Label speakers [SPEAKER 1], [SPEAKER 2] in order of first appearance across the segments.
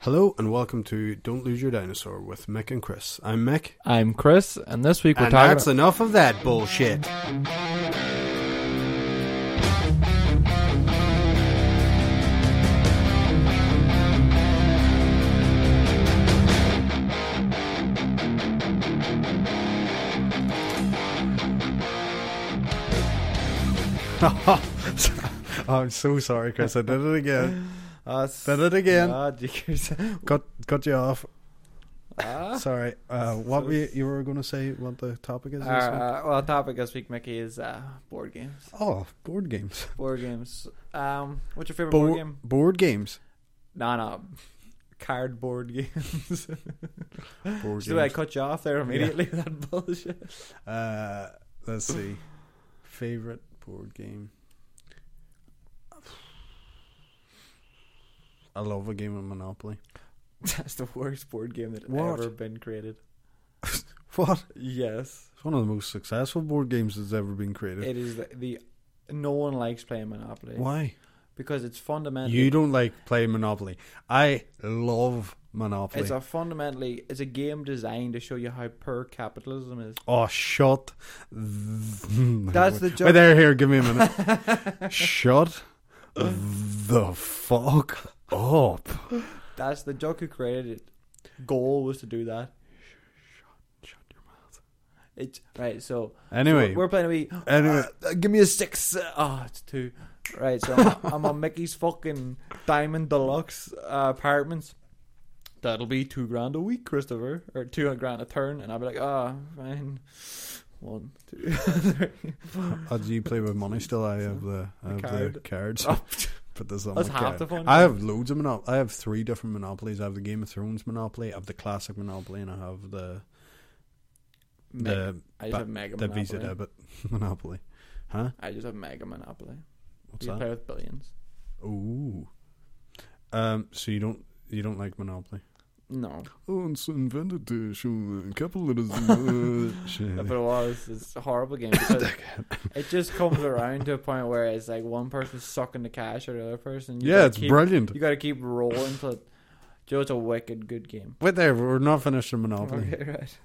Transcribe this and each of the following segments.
[SPEAKER 1] Hello and welcome to Don't Lose Your Dinosaur with Mick and Chris. I'm Mick.
[SPEAKER 2] I'm Chris, and this week we're
[SPEAKER 1] and
[SPEAKER 2] talking.
[SPEAKER 1] that's enough of that bullshit. I'm Oh, so sorry, Chris. I did it again.
[SPEAKER 2] uh,
[SPEAKER 1] Did it again.
[SPEAKER 2] Ah, jeekers.
[SPEAKER 1] Cut, cut you off.
[SPEAKER 2] Ah.
[SPEAKER 1] Sorry. Uh, what were you, you were going to say? What the topic is?
[SPEAKER 2] Our,
[SPEAKER 1] this week?
[SPEAKER 2] uh, well, topic this week, Mickey, is uh, board games.
[SPEAKER 1] Oh, board games.
[SPEAKER 2] Board games. Um, what's your favorite
[SPEAKER 1] Bo-
[SPEAKER 2] board game?
[SPEAKER 1] Board games.
[SPEAKER 2] No, no, cardboard games.
[SPEAKER 1] Board
[SPEAKER 2] See the way I
[SPEAKER 1] games.
[SPEAKER 2] cut you off there immediately with that bullshit.
[SPEAKER 1] Uh, let's see. Favorite board game. I love a game of Monopoly.
[SPEAKER 2] That's the worst board game that
[SPEAKER 1] What?
[SPEAKER 2] ever been created.
[SPEAKER 1] What?
[SPEAKER 2] Yes,
[SPEAKER 1] It's one of the most successful board games that's ever been created.
[SPEAKER 2] it is the, the. No one likes playing Monopoly
[SPEAKER 1] Why?
[SPEAKER 2] because it's fundamentally
[SPEAKER 1] You don't like playing Monopoly. I love Monopoly.
[SPEAKER 2] It's a fundamentally it's a game designed to show you how poor capitalism is.
[SPEAKER 1] oh, shut. That's
[SPEAKER 2] That's the
[SPEAKER 1] Wait
[SPEAKER 2] joke.
[SPEAKER 1] there, here, give me a minute. shut the fuck up.
[SPEAKER 2] That's the joke who created it. Goal was to do that.
[SPEAKER 1] Shut your mouth.
[SPEAKER 2] It's right. So
[SPEAKER 1] Anyway,
[SPEAKER 2] we're playing a wee.
[SPEAKER 1] anyway,
[SPEAKER 2] Uh, give me a six. Uh, Oh, it's two. Right. So I'm on Mickey's fucking diamond deluxe uh, apartments. That'll be two grand a week, Christopher, or two grand a turn, and I'll be like, ah, fine. One, two, three.
[SPEAKER 1] How do you play with money still? I have the, I have the
[SPEAKER 2] card. Oh.
[SPEAKER 1] cards. Put this on
[SPEAKER 2] That's
[SPEAKER 1] Oh my
[SPEAKER 2] half
[SPEAKER 1] card.
[SPEAKER 2] the fun.
[SPEAKER 1] I have loads of monop- I have three different monopolies. I have the Game of Thrones monopoly. I have the classic monopoly, and I have the
[SPEAKER 2] Mega-
[SPEAKER 1] the
[SPEAKER 2] I just
[SPEAKER 1] ba-
[SPEAKER 2] have mega
[SPEAKER 1] the
[SPEAKER 2] monopoly.
[SPEAKER 1] Visa debit monopoly. Huh?
[SPEAKER 2] I just have mega monopoly.
[SPEAKER 1] What's
[SPEAKER 2] You
[SPEAKER 1] that?
[SPEAKER 2] play with billions.
[SPEAKER 1] Ooh. Um. So you don't you don't like monopoly?
[SPEAKER 2] No,
[SPEAKER 1] Oh, it's invented to show capitalism.
[SPEAKER 2] but it was. It's a horrible game because it just comes around to a point where it's like one person's sucking the cash or the other person. You
[SPEAKER 1] yeah,
[SPEAKER 2] gotta
[SPEAKER 1] it's
[SPEAKER 2] keep,
[SPEAKER 1] brilliant.
[SPEAKER 2] You got to keep rolling till. it- Joe, it's a wicked good game.
[SPEAKER 1] Wait there, we're not finished with monopoly.
[SPEAKER 2] Okay, right.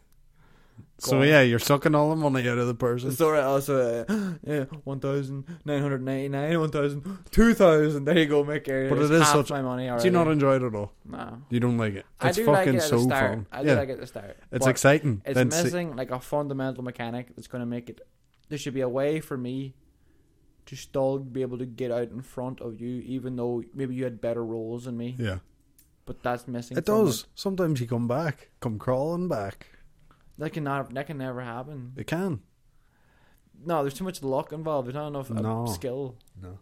[SPEAKER 1] So
[SPEAKER 2] on.
[SPEAKER 1] yeah, you're sucking all the money out of the person.
[SPEAKER 2] So right, also uh, yeah, one thousand nine hundred ninety nine, one thousand, two thousand. There you go, Mick.
[SPEAKER 1] But
[SPEAKER 2] It's
[SPEAKER 1] it is
[SPEAKER 2] half
[SPEAKER 1] such-
[SPEAKER 2] my money already.
[SPEAKER 1] Do you not enjoy it at all?
[SPEAKER 2] No.
[SPEAKER 1] You don't like it.
[SPEAKER 2] I
[SPEAKER 1] It's
[SPEAKER 2] do like
[SPEAKER 1] fucking
[SPEAKER 2] it at
[SPEAKER 1] so
[SPEAKER 2] the start.
[SPEAKER 1] fun.
[SPEAKER 2] I do
[SPEAKER 1] yeah,
[SPEAKER 2] like it at the start.
[SPEAKER 1] it's
[SPEAKER 2] but-
[SPEAKER 1] exciting.
[SPEAKER 2] It's
[SPEAKER 1] then see-
[SPEAKER 2] missing like a fundamental mechanic that's going to make it. There should be a way for me to still be able to get out in front of you, even though maybe you had better rolls than me.
[SPEAKER 1] yeah,
[SPEAKER 2] But that's missing.
[SPEAKER 1] it
[SPEAKER 2] from
[SPEAKER 1] does. Sometimes you come back, come crawling back.
[SPEAKER 2] That can not. That can never happen.
[SPEAKER 1] It can.
[SPEAKER 2] No, there's too much luck involved. There's not enough uh,
[SPEAKER 1] No.
[SPEAKER 2] skill.
[SPEAKER 1] No.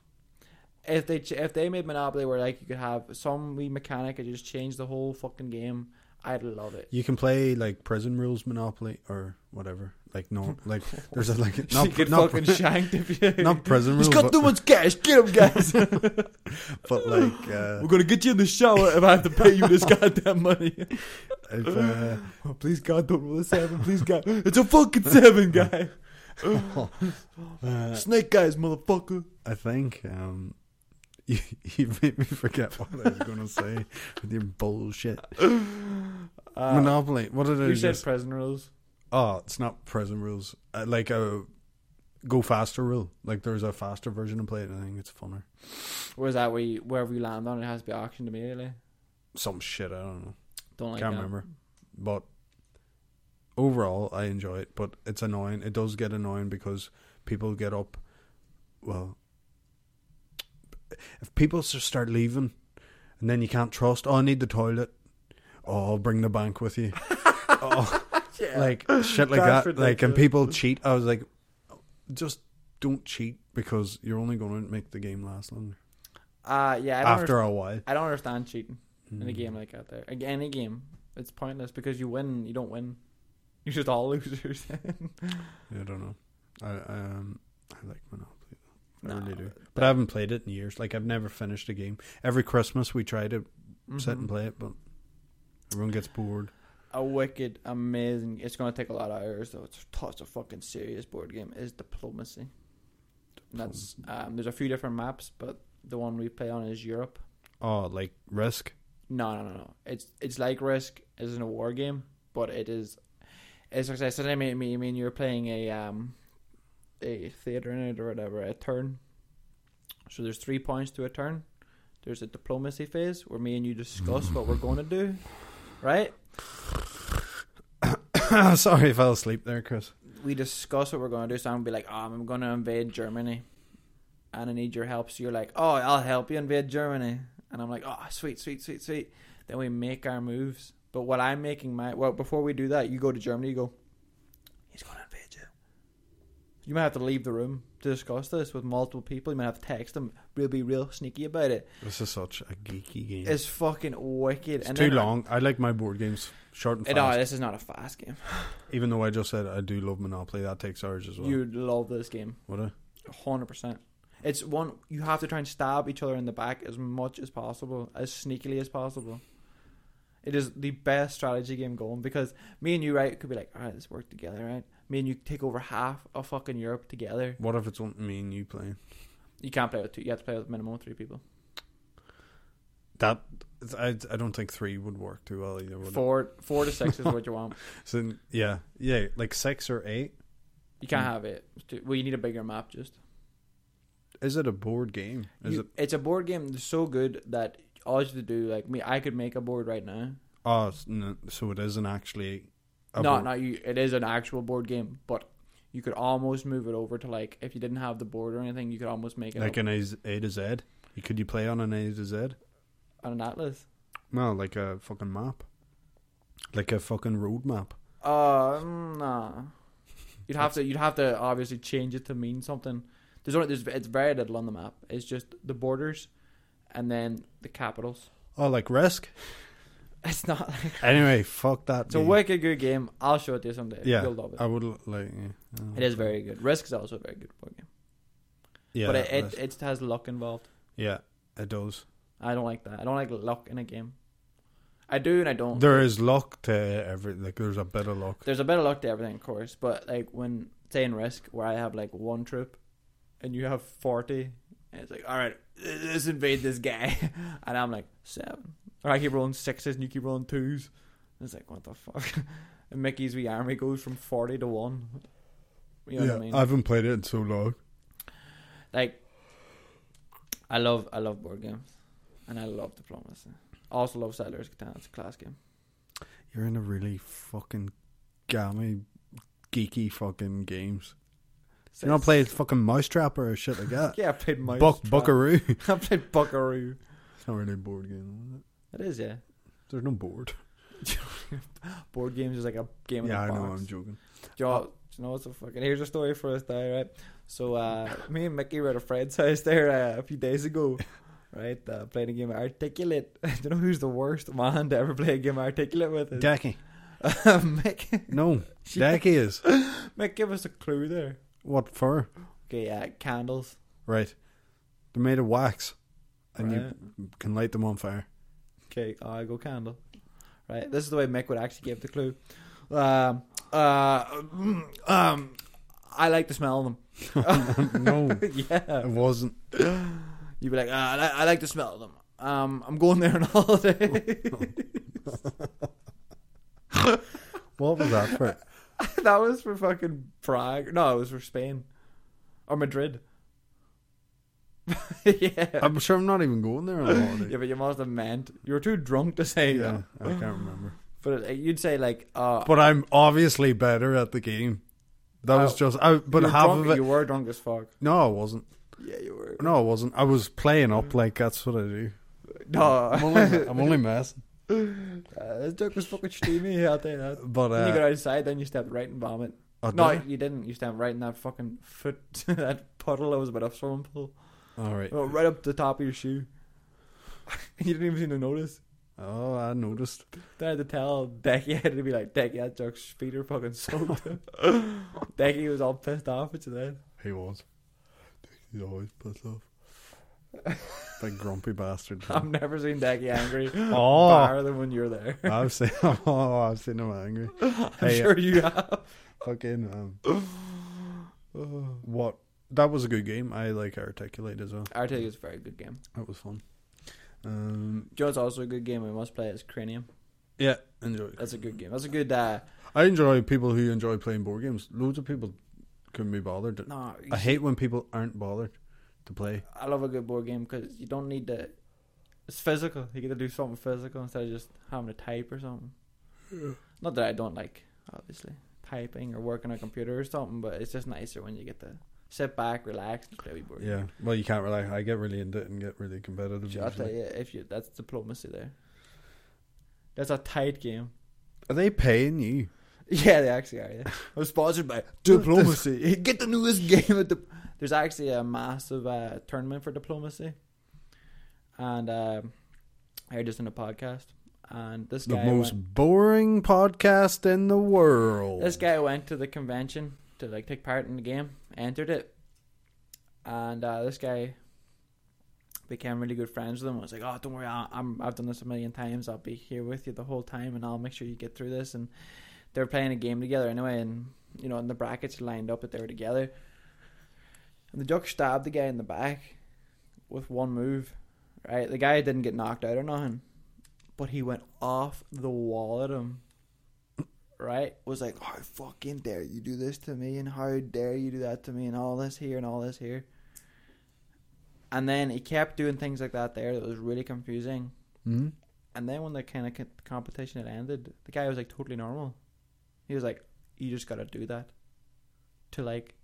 [SPEAKER 2] If they ch- if they made Monopoly where like you could have some wee mechanic that just changed the whole fucking game, I'd love it.
[SPEAKER 1] You can play like prison rules Monopoly or whatever. Like no, like there's a like
[SPEAKER 2] you
[SPEAKER 1] not
[SPEAKER 2] get
[SPEAKER 1] not,
[SPEAKER 2] fucking shanked if you.
[SPEAKER 1] not prison rules,
[SPEAKER 2] He's got
[SPEAKER 1] but,
[SPEAKER 2] too much cash. Get him, guys.
[SPEAKER 1] but like uh,
[SPEAKER 2] We're gonna get you in the shower if I have to pay you this goddamn money.
[SPEAKER 1] if, uh,
[SPEAKER 2] Oh, please God, don't roll a seven. Please God, it's a fucking seven, guy.
[SPEAKER 1] uh,
[SPEAKER 2] Snake guys, motherfucker.
[SPEAKER 1] I think um, you you made me forget what I was gonna say with your bullshit
[SPEAKER 2] Uh,
[SPEAKER 1] Monopoly. What did I
[SPEAKER 2] you
[SPEAKER 1] just?
[SPEAKER 2] said prison rules.
[SPEAKER 1] Oh, it's not prison rules. Uh, like a go faster rule. Like there's a faster version of play it, and I think it's funner.
[SPEAKER 2] Whereas that way, wherever you land on, it has to be auctioned immediately.
[SPEAKER 1] Some shit I don't know.
[SPEAKER 2] Don't like uh,
[SPEAKER 1] Can't
[SPEAKER 2] that.
[SPEAKER 1] remember. But overall, I enjoy it. But it's annoying. It does get annoying because people get up. Well, if people s- start leaving, and then you can't trust. Oh, I need the toilet. Oh, I'll bring the bank with you. oh.
[SPEAKER 2] Yeah.
[SPEAKER 1] like shit like that.
[SPEAKER 2] That's
[SPEAKER 1] Like, and
[SPEAKER 2] ridiculous.
[SPEAKER 1] people cheat. I was like, just don't cheat because you're only going to make the game last longer
[SPEAKER 2] uh, yeah. I don't
[SPEAKER 1] after a while.
[SPEAKER 2] I don't understand cheating in a
[SPEAKER 1] Mm.
[SPEAKER 2] game like that. There, Ag- any game, it's pointless because you win, you don't win. You're just all losers.
[SPEAKER 1] Mm, I don't know. I um, I like Monopoly. I
[SPEAKER 2] No,
[SPEAKER 1] really do, but I haven't played it in years. Like I've never finished a game. Every Christmas we try to sit and
[SPEAKER 2] Mhm.
[SPEAKER 1] play it, but everyone gets bored.
[SPEAKER 2] a wicked, amazing. It's going to take a lot of hours, though. It's such a fucking serious board game. Is diplomacy. And that's um, there's a few different maps, but the one we play on is Europe.
[SPEAKER 1] Oh, like Risk.
[SPEAKER 2] No, no, no, no. It's it's like Risk is in a war game, but it is. It's like I said. I mean, I mean, you're playing a um, a theater in it or whatever. A turn. So there's three points to a turn. There's a diplomacy phase where me and you discuss what we're going to do, right?
[SPEAKER 1] Sorry, I fell asleep there, Chris.
[SPEAKER 2] we discuss what we're going to do. So I'm gonna be like, oh, I'm going to invade Germany, and I need your help. So you're like, oh, I'll help you invade Germany, and I'm like, oh, sweet, sweet, sweet, sweet. Then we make our moves. But what I'm making my well before we do that, you go to Germany. You go, he's going to invade you. You might have to leave the room to discuss this with multiple people. You might have to text them. Real be real sneaky about it.
[SPEAKER 1] This is such a geeky game. It's,
[SPEAKER 2] It's fucking wicked.
[SPEAKER 1] too
[SPEAKER 2] then- uh,
[SPEAKER 1] long. I like my board games short and fast.
[SPEAKER 2] No, this is not a fast game.
[SPEAKER 1] Even though I just said I do love Monopoly, that takes hours as well.
[SPEAKER 2] You'd love this game.
[SPEAKER 1] Would I?
[SPEAKER 2] hundred percent. It's one you have to try and stab each other in the back as much as possible, as sneakily as possible. It is the best strategy game going because me and you, right, could be like, all right, let's work together, right? Me and you take over half of fucking Europe together.
[SPEAKER 1] What if it's only me and you playing?
[SPEAKER 2] You can't play with two. You have to play with minimum of three people.
[SPEAKER 1] That I, I don't think three would work too well either. Would it?
[SPEAKER 2] Four, four to six is what you want.
[SPEAKER 1] So yeah, yeah, like six or eight.
[SPEAKER 2] You can't
[SPEAKER 1] Hmm.
[SPEAKER 2] have it. It's too- Well, you need a bigger map. Just
[SPEAKER 1] Is it a board game? Is
[SPEAKER 2] You-
[SPEAKER 1] it?
[SPEAKER 2] It's a board game that's so good that all you have to do, like me, I could make a board right now.
[SPEAKER 1] Oh, s- no, so it isn't actually. A
[SPEAKER 2] no,
[SPEAKER 1] board.
[SPEAKER 2] no, you, it is an actual board game, but you could almost move it over to like if you didn't have the board or anything, you could almost make it
[SPEAKER 1] like an
[SPEAKER 2] up
[SPEAKER 1] A A to Z. You- Could you play on an A to Z?
[SPEAKER 2] on an atlas.
[SPEAKER 1] No, like a fucking map, like a fucking road map.
[SPEAKER 2] Uh, nah. You'd have to, you'd have to obviously change it to mean something. There's only, there's, it's very little on the map. It's just the borders, and then the capitals.
[SPEAKER 1] Oh, like Risk.
[SPEAKER 2] It's not. Like,
[SPEAKER 1] Anyway, fuck that.
[SPEAKER 2] it's a
[SPEAKER 1] game.
[SPEAKER 2] wicked good game. I'll show it to you someday.
[SPEAKER 1] Yeah,
[SPEAKER 2] you'll love it.
[SPEAKER 1] I would l- like. Yeah, I would
[SPEAKER 2] it is
[SPEAKER 1] like-
[SPEAKER 2] very good. Risk is also a very good board game,
[SPEAKER 1] Yeah,
[SPEAKER 2] but it, it,
[SPEAKER 1] Risk.
[SPEAKER 2] it has luck involved.
[SPEAKER 1] yeah, it does.
[SPEAKER 2] I don't like that. I don't like luck in a game. I do and I don't.
[SPEAKER 1] There is luck to every. Like, there's a bit of luck.
[SPEAKER 2] There's a bit of luck to everything, of course, but like when say in risk where I have like one troop and you have forty, and it's like, all right, let's invade this guy, and I'm like seven, or I keep rolling sixes and you keep rolling twos, and it's like what the fuck, and Mickey's wee army goes from forty to one. You know
[SPEAKER 1] yeah,
[SPEAKER 2] what I mean?
[SPEAKER 1] haven't played it in so long.
[SPEAKER 2] like, I love I love board games, and I love diplomacy. Also love Settlers of Catan. It's a class game.
[SPEAKER 1] You're in a really fucking gammy, geeky fucking games. You're not playing fucking Mousetrap or shit like that.
[SPEAKER 2] Yeah, I played Mouse.
[SPEAKER 1] Buck,
[SPEAKER 2] Trap.
[SPEAKER 1] Buckaroo.
[SPEAKER 2] I played Buckaroo.
[SPEAKER 1] it's not really a board game. Is it?
[SPEAKER 2] It is, yeah.
[SPEAKER 1] There's no board.
[SPEAKER 2] Board games is like a game in
[SPEAKER 1] yeah, I
[SPEAKER 2] the box.
[SPEAKER 1] know. I'm joking.
[SPEAKER 2] Do you, know, do you know what's a fucking... Here's a story for us day, right? So, uh, me and Mickey were at a friend's house there uh, a few days ago, right? Uh, playing a game of Articulate. do you know who's the worst man to ever play a game of Articulate with? Is-
[SPEAKER 1] Decky.
[SPEAKER 2] Mick,
[SPEAKER 1] No, Decky is
[SPEAKER 2] Mick, give us a clue there.
[SPEAKER 1] what for?
[SPEAKER 2] Okay, uh, candles.
[SPEAKER 1] Right. They're made of wax, and
[SPEAKER 2] right?
[SPEAKER 1] you can light them on fire.
[SPEAKER 2] Okay, oh, I go candle. Right, this is the way Mick would actually give the clue. Um, uh, mm, um, I like to smell them.
[SPEAKER 1] no, it
[SPEAKER 2] yeah,
[SPEAKER 1] wasn't.
[SPEAKER 2] you'd be like, uh, I, li- I like to smell them. Um, I'm going there on holiday.
[SPEAKER 1] What was that for?
[SPEAKER 2] that was for fucking Prague. No, it was for Spain or Madrid. yeah,
[SPEAKER 1] I'm sure I'm not even going there on holiday.
[SPEAKER 2] yeah, but you must have meant you were too drunk to say
[SPEAKER 1] yeah,
[SPEAKER 2] that.
[SPEAKER 1] I can't remember.
[SPEAKER 2] But uh, you'd say like, uh,
[SPEAKER 1] But I'm obviously better at the game. That was
[SPEAKER 2] Oh.
[SPEAKER 1] just. I, but
[SPEAKER 2] you were
[SPEAKER 1] half
[SPEAKER 2] drunk-
[SPEAKER 1] of it.
[SPEAKER 2] you were drunk as fuck.
[SPEAKER 1] No, I wasn't.
[SPEAKER 2] Yeah, you were.
[SPEAKER 1] No, I wasn't. I was playing up like that's what I do.
[SPEAKER 2] No,
[SPEAKER 1] I'm only, I'm only messing.
[SPEAKER 2] Uh, this joke was fucking steamy out there. That.
[SPEAKER 1] But
[SPEAKER 2] Then you got
[SPEAKER 1] uh,
[SPEAKER 2] outside, then you stepped right in vomit.
[SPEAKER 1] oh,
[SPEAKER 2] no,
[SPEAKER 1] did
[SPEAKER 2] you didn't. You stepped right in that fucking foot, that puddle that was about a swimming pool.
[SPEAKER 1] I? all right.
[SPEAKER 2] Oh, right up the top of your shoe. you didn't even seem to notice.
[SPEAKER 1] Oh, I noticed.
[SPEAKER 2] Then I had to tell Decky, I had to be like, Decky, that joke's feet are fucking soaked. Decky was all pissed off at you then.
[SPEAKER 1] He was. He's always pissed off. Big grumpy bastard.
[SPEAKER 2] I've never seen Decky angry.
[SPEAKER 1] Oh.
[SPEAKER 2] Higher than when you're there.
[SPEAKER 1] I've seen. Oh, I've seen him angry.
[SPEAKER 2] I'm
[SPEAKER 1] Hey, uh,
[SPEAKER 2] sure you have.
[SPEAKER 1] Fucking um, what? That was a good game. I like articulate as well.
[SPEAKER 2] Articulate is a very good game.
[SPEAKER 1] That was fun. Um,
[SPEAKER 2] Joe's also a good game we must play is Cranium.
[SPEAKER 1] yeah, enjoy.
[SPEAKER 2] That's a good game. That's a good uh
[SPEAKER 1] I enjoy people who enjoy playing board games. Loads of people couldn't be bothered.
[SPEAKER 2] no
[SPEAKER 1] I hate when people aren't bothered to play.
[SPEAKER 2] I love a good board game because you don't need to. It's physical. You get to do something physical instead of just having to type or something. Not that I don't like, obviously, typing or working on a computer or something, but it's just nicer when you get to sit back, relax, and play with board.
[SPEAKER 1] Yeah, well, you can't rely. I get really into it and get really competitive.
[SPEAKER 2] games. I'll tell
[SPEAKER 1] usually.
[SPEAKER 2] you, if you that's diplomacy there. That's a tight game.
[SPEAKER 1] Are they paying you?
[SPEAKER 2] Yeah, they actually are. Yeah. I was sponsored by Diplomacy. Get the newest game. At the... There's actually a massive uh, tournament for Diplomacy, and um, I heard this in a podcast. And this
[SPEAKER 1] The
[SPEAKER 2] guy,
[SPEAKER 1] most
[SPEAKER 2] went,
[SPEAKER 1] boring podcast in the world.
[SPEAKER 2] this guy went to the convention to like take part in the game, entered it, and uh, this guy became really good friends with him. I was like, "Oh, don't worry, I, I'm I've done this a million times. I'll be here with you the whole time, and I'll make sure you get through this." And they were playing a game together anyway, and you know, in the brackets lined up that they were together. And the duck stabbed the guy in the back with one move. Right, the guy didn't get knocked out or nothing, but he went off the wall at him. Right, was like, how fucking dare you do this to me, and how dare you do that to me, and all this here and all this here. And then he kept doing things like that there that was really confusing.
[SPEAKER 1] Hmm?
[SPEAKER 2] And then when the kind of competition had ended, the guy was like totally normal. He was like, "You just gotta do that." To like,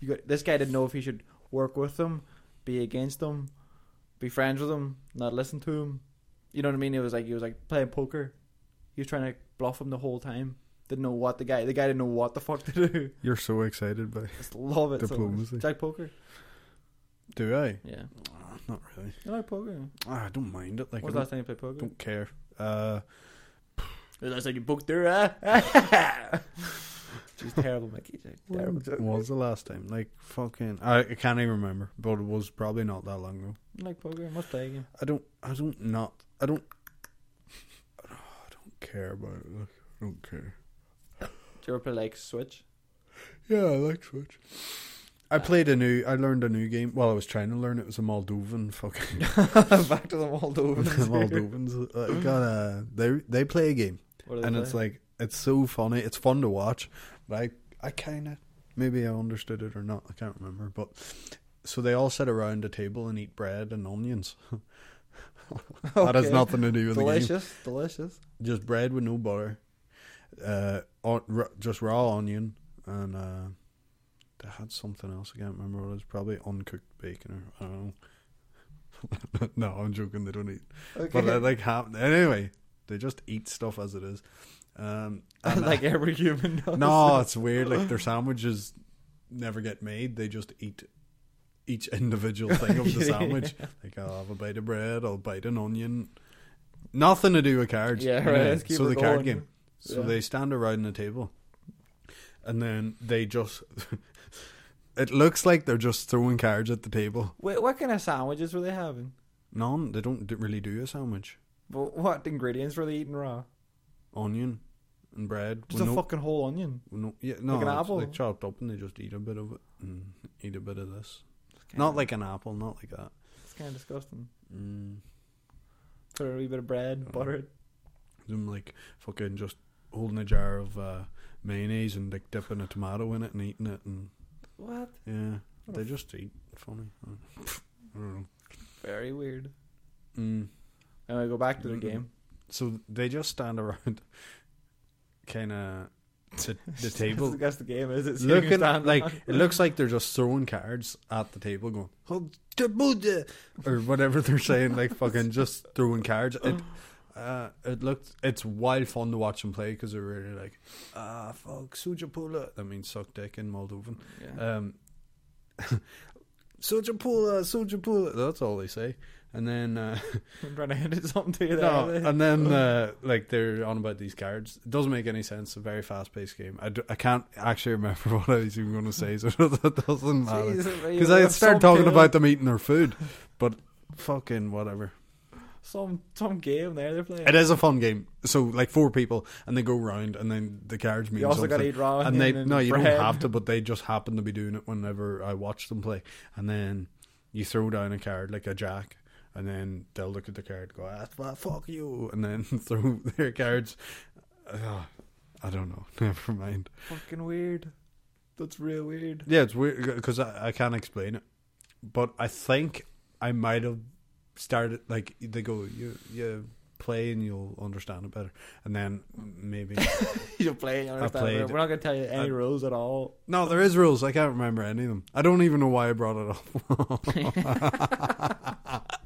[SPEAKER 2] you got this guy didn't know if he should work with them, be against them, be friends with them, not listen to him. You know what I mean? It was like he was like playing poker. He was trying to bluff him the whole time. Didn't know what the guy. The guy didn't know what the fuck to do.
[SPEAKER 1] You're so excited by.
[SPEAKER 2] Just love it. so much.
[SPEAKER 1] Diplomacy.
[SPEAKER 2] It's like poker.
[SPEAKER 1] Do I?
[SPEAKER 2] Yeah.
[SPEAKER 1] Ah, Not really.
[SPEAKER 2] I like poker.
[SPEAKER 1] Ah, I don't mind it. Like
[SPEAKER 2] When was
[SPEAKER 1] I don't,
[SPEAKER 2] the last time you played poker?
[SPEAKER 1] don't care. Uh,
[SPEAKER 2] The last time you booked her, She's terrible, Mickey. She's terrible.
[SPEAKER 1] when was the last time? Like fucking, I, I can't even remember. But it was probably not that long ago.
[SPEAKER 2] Like poker, must play again.
[SPEAKER 1] I don't. I don't not. I don't. I don't care about it. Like, I don't care.
[SPEAKER 2] Do you ever play like Switch?
[SPEAKER 1] Yeah, I like Switch.
[SPEAKER 2] Uh,
[SPEAKER 1] I played a new. I learned a new game. Well, I was trying to learn. It was a Moldovan fucking
[SPEAKER 2] Back to the Moldovans.
[SPEAKER 1] Moldovans. Uh, got a, they they play a game,
[SPEAKER 2] What do they
[SPEAKER 1] and it's
[SPEAKER 2] play?
[SPEAKER 1] like it's so funny. It's fun to watch. Like I kind of maybe I understood it or not. I can't remember. But so they all sit around a table and eat bread and onions. That has
[SPEAKER 2] Okay.
[SPEAKER 1] nothing to do with the game.
[SPEAKER 2] delicious, delicious.
[SPEAKER 1] just bread with no butter, uh, on, r- just raw onion, and uh, they had something else. I can't remember what it was. Probably uncooked bacon or I don't know. no, I'm joking. They don't eat,
[SPEAKER 2] Okay.
[SPEAKER 1] but they like have anyway. They just eat stuff as it is. Um, and, uh,
[SPEAKER 2] like every human does.
[SPEAKER 1] no, it's weird. Like their sandwiches never get made. They just eat each individual thing of the
[SPEAKER 2] Yeah.
[SPEAKER 1] sandwich. Like I'll have a bite of bread. I'll bite an onion. Nothing to do with cards.
[SPEAKER 2] Yeah, right, let's keep
[SPEAKER 1] so
[SPEAKER 2] her
[SPEAKER 1] the card
[SPEAKER 2] going.
[SPEAKER 1] game. So
[SPEAKER 2] Yeah.
[SPEAKER 1] they stand around the table, and then they just. it looks like they're just throwing cards at the table.
[SPEAKER 2] Wait, what kind of sandwiches were they having?
[SPEAKER 1] None. They don't d- really do a sandwich.
[SPEAKER 2] But what ingredients were they eating raw?
[SPEAKER 1] Onion and bread.
[SPEAKER 2] Just
[SPEAKER 1] with
[SPEAKER 2] a
[SPEAKER 1] no-
[SPEAKER 2] fucking whole onion.
[SPEAKER 1] No, yeah, no,
[SPEAKER 2] an
[SPEAKER 1] it's
[SPEAKER 2] apple?
[SPEAKER 1] like chopped up, and they just eat a bit of it and eat a bit of this. Not like an apple, not like that.
[SPEAKER 2] It's kind of disgusting.
[SPEAKER 1] Mm.
[SPEAKER 2] Put a wee bit of
[SPEAKER 1] Oh.
[SPEAKER 2] bread, butter. it.
[SPEAKER 1] Them like fucking just holding a jar of uh, mayonnaise and like dipping a tomato in it and eating it, and
[SPEAKER 2] What?
[SPEAKER 1] yeah, they just eat. Funny. I don't know.
[SPEAKER 2] Very weird.
[SPEAKER 1] Mm.
[SPEAKER 2] And we go back to the
[SPEAKER 1] Mm-hmm.
[SPEAKER 2] game.
[SPEAKER 1] So they just stand around, kind of, to the table,
[SPEAKER 2] That's the game, is it? So you can
[SPEAKER 1] looking at
[SPEAKER 2] stand
[SPEAKER 1] like
[SPEAKER 2] around.
[SPEAKER 1] it looks like they're just throwing cards at the table, going "Oh, the Buddha," or whatever they're saying, like fucking just throwing cards. It uh, it looked it's wild fun to watch them play because they're really like ah fuck Sujapula. That means suck dick in Moldovan.
[SPEAKER 2] Yeah.
[SPEAKER 1] Um, Sujapula, Sujapula. That's all they say, and then. Uh,
[SPEAKER 2] I'm trying to hand it something to you there.
[SPEAKER 1] no,
[SPEAKER 2] aren't they?
[SPEAKER 1] and then uh, like they're on about these cards. It doesn't make any sense. A very fast-paced game. I, d- I can't actually remember what I was even going to say, so that doesn't matter.
[SPEAKER 2] Jesus, mate,
[SPEAKER 1] Because
[SPEAKER 2] you
[SPEAKER 1] I
[SPEAKER 2] have
[SPEAKER 1] started
[SPEAKER 2] some
[SPEAKER 1] talking
[SPEAKER 2] game-
[SPEAKER 1] about them eating their food, but fucking whatever.
[SPEAKER 2] some some game there they're playing.
[SPEAKER 1] It is a fun game. So like four people, and they go round, and then the cards mean
[SPEAKER 2] You also got to
[SPEAKER 1] something.
[SPEAKER 2] eat raw
[SPEAKER 1] and they
[SPEAKER 2] onion
[SPEAKER 1] no, you
[SPEAKER 2] bread.
[SPEAKER 1] don't have to, but they just happen to be doing it whenever I watch them play. And then you throw down a card like a jack, and then they'll look at the card and go, ah, well, fuck you, and then throw their cards. Ah, I don't know. Never mind.
[SPEAKER 2] Fucking weird. That's real weird.
[SPEAKER 1] Yeah, it's weird because I, I can't explain it, but I think I might have started like they go you you play and you'll understand it better, and then maybe
[SPEAKER 2] You're playing. You understand?
[SPEAKER 1] played-
[SPEAKER 2] We're not gonna tell you any
[SPEAKER 1] I-
[SPEAKER 2] rules at all.
[SPEAKER 1] no, there is rules. I can't remember any of them. I don't even know why I brought it up.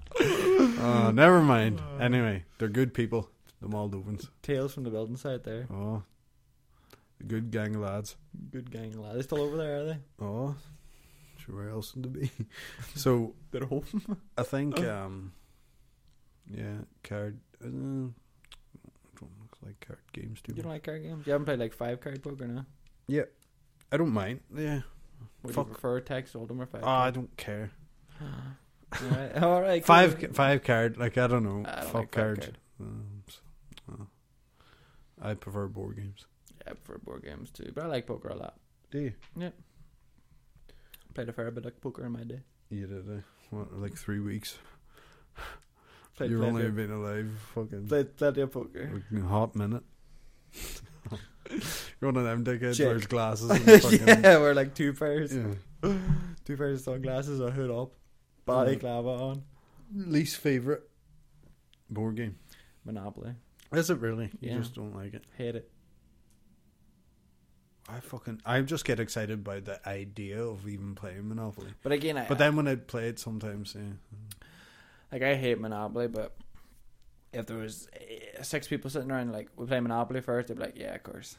[SPEAKER 1] oh, never mind. Anyway, they're good people, the Moldovans.
[SPEAKER 2] Tales from the building site. There,
[SPEAKER 1] Oh, good gang of lads.
[SPEAKER 2] good gang. of lads. They still over there, are they?
[SPEAKER 1] Oh, sure, where else would they be? so
[SPEAKER 2] They're home. Oh.
[SPEAKER 1] I think, um, yeah, card. Uh, don't look like card games too.
[SPEAKER 2] You don't
[SPEAKER 1] much.
[SPEAKER 2] like card games? You haven't played like five card poker now.
[SPEAKER 1] I don't mind. Yeah,
[SPEAKER 2] Would
[SPEAKER 1] Fuck.
[SPEAKER 2] you prefer text, hold'em, or five?
[SPEAKER 1] oh, I don't care.
[SPEAKER 2] all right, all right. cool.
[SPEAKER 1] Five, ca- five card. Like I don't know.
[SPEAKER 2] I don't
[SPEAKER 1] Fuck
[SPEAKER 2] like five
[SPEAKER 1] card.
[SPEAKER 2] card.
[SPEAKER 1] Um, so, uh, I prefer board games.
[SPEAKER 2] Yeah, I prefer board games too, but I like poker a lot.
[SPEAKER 1] Do you?
[SPEAKER 2] Played a fair bit of poker in my day.
[SPEAKER 1] You did uh, what, like three weeks.
[SPEAKER 2] Played
[SPEAKER 1] You've
[SPEAKER 2] plenty
[SPEAKER 1] only
[SPEAKER 2] of-
[SPEAKER 1] been alive fucking
[SPEAKER 2] played plenty of poker.
[SPEAKER 1] Like, in a hot minute. You're one of them dickheads
[SPEAKER 2] Check.
[SPEAKER 1] wears glasses and fucking
[SPEAKER 2] yeah, we're like two pairs,
[SPEAKER 1] yeah.
[SPEAKER 2] two pairs of sunglasses, a hood up,
[SPEAKER 1] Mm.
[SPEAKER 2] balaclava on,
[SPEAKER 1] least favorite board game.
[SPEAKER 2] Monopoly.
[SPEAKER 1] Is it really?
[SPEAKER 2] Yeah.
[SPEAKER 1] You just don't like it.
[SPEAKER 2] Hate it.
[SPEAKER 1] I fucking I just get excited by the idea of even playing Monopoly.
[SPEAKER 2] But again, I,
[SPEAKER 1] But then when I play it sometimes, yeah.
[SPEAKER 2] like I hate Monopoly, but if there was eh, six people sitting around, like we play Monopoly first, they'd be like, yeah, of course.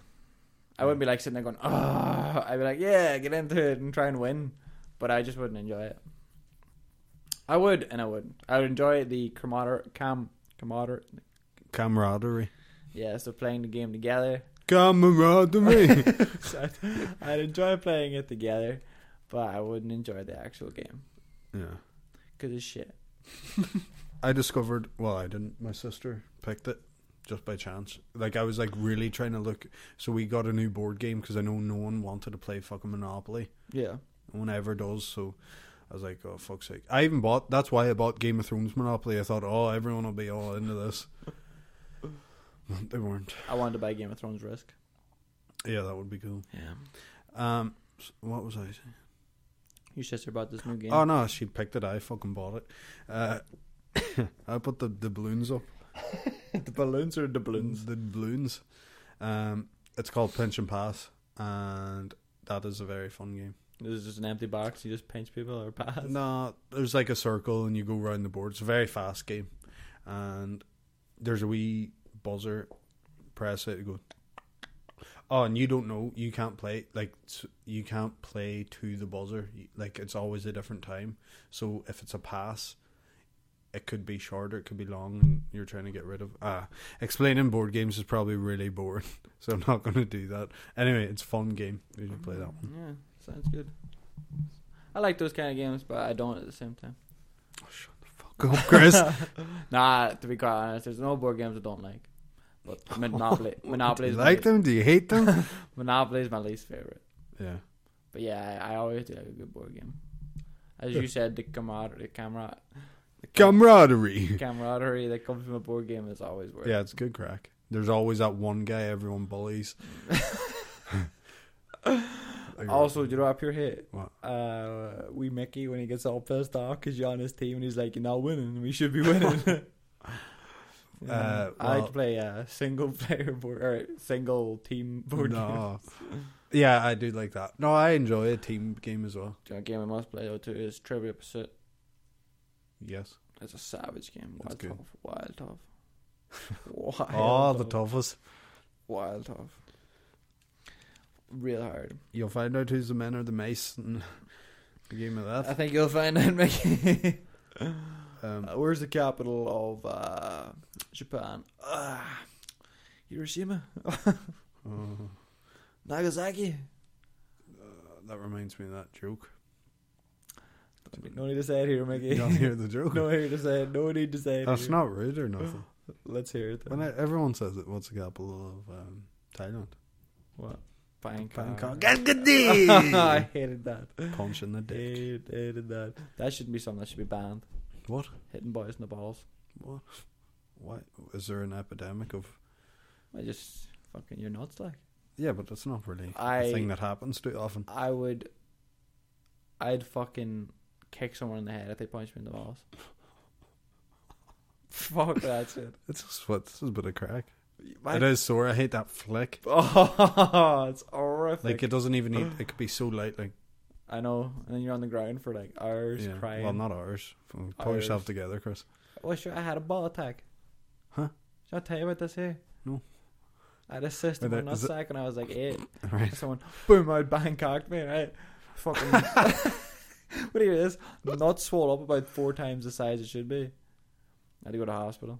[SPEAKER 2] I wouldn't be like sitting there going, oh, I'd be like, yeah, get into it and try and win, but I just wouldn't enjoy it. I would, and I wouldn't. I would enjoy the camarader cam camarader.
[SPEAKER 1] Camaraderie.
[SPEAKER 2] Yeah, so playing the game together.
[SPEAKER 1] Camaraderie.
[SPEAKER 2] So I'd, I'd enjoy playing it together, but I wouldn't enjoy the actual game
[SPEAKER 1] yeah.
[SPEAKER 2] because it's shit.
[SPEAKER 1] I discovered. Well, I didn't. My sister picked it just by chance. Like I was like really trying to look. So we got a new board game because I know no one wanted to play fucking Monopoly.
[SPEAKER 2] Yeah.
[SPEAKER 1] No one ever does. So I was like, oh fuck's sake. I even bought. That's why I bought Game of Thrones Monopoly. I thought, oh, everyone will be all into this. they weren't.
[SPEAKER 2] I wanted to buy Game of Thrones Risk.
[SPEAKER 1] Yeah, that would be cool.
[SPEAKER 2] Yeah.
[SPEAKER 1] Um, s- what was I saying?
[SPEAKER 2] Your sister bought this new game.
[SPEAKER 1] Oh no, she picked it. I fucking bought it. Uh, I put the the balloons up.
[SPEAKER 2] the balloons are the
[SPEAKER 1] The balloons. Um, it's called Pinch and Pass, and that is a very fun game.
[SPEAKER 2] There's just an empty box. You just pinch people or pass.
[SPEAKER 1] No, there's like a circle, and you go round the board. It's a very fast game, and there's a wee buzzer. Press it. it Go. Oh, and you don't know. You can't play like s- you can't play to the buzzer. You- Like it's always a different time. So if it's a pass, it could be short or it could be long. And you're trying to get rid of. Ah, explaining board games is probably really boring. So I'm not going to do that. Anyway, it's a fun game. You should play that one.
[SPEAKER 2] Yeah, sounds good. I like those kind of games, but I don't at the same time.
[SPEAKER 1] Go, Chris.
[SPEAKER 2] Nah, to be quite honest, there's no board games I don't like. But Monopoly,
[SPEAKER 1] Do
[SPEAKER 2] Monopoly
[SPEAKER 1] you
[SPEAKER 2] is
[SPEAKER 1] like
[SPEAKER 2] my,
[SPEAKER 1] them? Do you hate them?
[SPEAKER 2] Monopoly is my least favorite.
[SPEAKER 1] yeah.
[SPEAKER 2] But yeah, I, I always do like a good board game. As you said, the camaraderie, the camera, the cam-
[SPEAKER 1] camaraderie.
[SPEAKER 2] camaraderie that comes from a board game is always worth.
[SPEAKER 1] Yeah,
[SPEAKER 2] it.
[SPEAKER 1] it's good crack. There's always that one guy everyone bullies. Like,
[SPEAKER 2] Also, do you know what I pure hate?
[SPEAKER 1] What?
[SPEAKER 2] Uh, we Mickey when he gets all pissed off because you're on his team and he's like, "You're not winning. We should be winning." Yeah.
[SPEAKER 1] Uh,
[SPEAKER 2] I like
[SPEAKER 1] well-
[SPEAKER 2] to play a single player board or single team board game.
[SPEAKER 1] no. yeah, I do like that. No, I enjoy a team game as well.
[SPEAKER 2] Do you know what game I must play though too is Trivia Pursuit.
[SPEAKER 1] Yes.
[SPEAKER 2] It's a savage game.
[SPEAKER 1] That's
[SPEAKER 2] Wild
[SPEAKER 1] good.
[SPEAKER 2] tough, wild tough, wild.
[SPEAKER 1] Oh, the
[SPEAKER 2] tough.
[SPEAKER 1] toughest.
[SPEAKER 2] wild tough. Real hard.
[SPEAKER 1] You'll find out who's the men or the mice in the game of
[SPEAKER 2] I
[SPEAKER 1] that.
[SPEAKER 2] think you'll find out, Mickey.
[SPEAKER 1] Um,
[SPEAKER 2] Uh, where's the capital of uh, Japan? Uh, Hiroshima,
[SPEAKER 1] oh,
[SPEAKER 2] Nagasaki.
[SPEAKER 1] that reminds me of that joke.
[SPEAKER 2] No need to say it here, Mickey.
[SPEAKER 1] You don't hear the joke?
[SPEAKER 2] no need to say it. No need to say it.
[SPEAKER 1] That's
[SPEAKER 2] here.
[SPEAKER 1] not rude or nothing.
[SPEAKER 2] Let's hear it. Then.
[SPEAKER 1] When I, everyone says it, what's the capital of um, Thailand?
[SPEAKER 2] what? Bangkok.
[SPEAKER 1] Bangkok.
[SPEAKER 2] I hated that.
[SPEAKER 1] Punch in the dick.
[SPEAKER 2] Hated, hated that. That shouldn't be something that should be banned.
[SPEAKER 1] What?
[SPEAKER 2] Hitting boys in the balls.
[SPEAKER 1] What? Why is there an epidemic of?
[SPEAKER 2] I just fucking you're nuts like.
[SPEAKER 1] Yeah, but that's not really
[SPEAKER 2] I-
[SPEAKER 1] a thing that happens too often.
[SPEAKER 2] I would I'd fucking kick someone in the head if they punched me in the balls. Fuck that shit.
[SPEAKER 1] It's just what this is a bit of crack.
[SPEAKER 2] My-
[SPEAKER 1] It is sore. I hate that flick.
[SPEAKER 2] Oh, it's horrific.
[SPEAKER 1] Like it doesn't even need. It could be so light. Like
[SPEAKER 2] I know. And then you're on the ground for like hours
[SPEAKER 1] yeah.
[SPEAKER 2] crying.
[SPEAKER 1] well, not ours. Pull yourself
[SPEAKER 2] Ours.
[SPEAKER 1] together, Chris.
[SPEAKER 2] I wish I had a ball attack.
[SPEAKER 1] Huh?
[SPEAKER 2] Should I tell you about this here?
[SPEAKER 1] No.
[SPEAKER 2] I had a sister
[SPEAKER 1] Wait,
[SPEAKER 2] when
[SPEAKER 1] there-
[SPEAKER 2] I
[SPEAKER 1] is it-
[SPEAKER 2] was when I was like eight.
[SPEAKER 1] All right.
[SPEAKER 2] Someone boom out bang cocked me, right? Fucking What do you this? Not swole up about four times the size it should be. I had to go to hospital.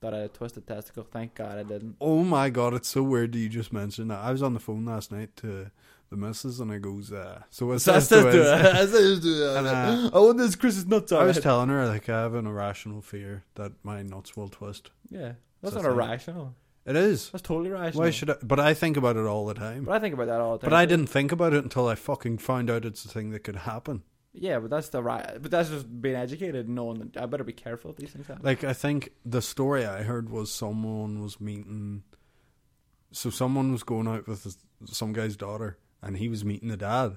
[SPEAKER 2] Thought I had a twisted testicle. Thank God I didn't.
[SPEAKER 1] Oh my god, it's so weird that you just mentioned that. I was on the phone last night to the missus, and I goes, uh, "So what's this to us?" And, uh,
[SPEAKER 2] I want this Chris's nuts
[SPEAKER 1] I was
[SPEAKER 2] out.
[SPEAKER 1] telling her like I have an irrational fear that my nuts will twist.
[SPEAKER 2] Yeah. That's
[SPEAKER 1] So
[SPEAKER 2] not
[SPEAKER 1] it's like-
[SPEAKER 2] irrational.
[SPEAKER 1] It is.
[SPEAKER 2] That's totally rational.
[SPEAKER 1] Why should I? But I think about it all the time.
[SPEAKER 2] But I think about that all the time.
[SPEAKER 1] But I didn't think about it until I fucking found out it's a thing that could happen.
[SPEAKER 2] Yeah, but that's the right. But that's just being educated, and knowing that I better be careful if these things happen.
[SPEAKER 1] Like I think the story I heard was someone was meeting, so someone was going out with his, some guy's daughter, and he was meeting the dad,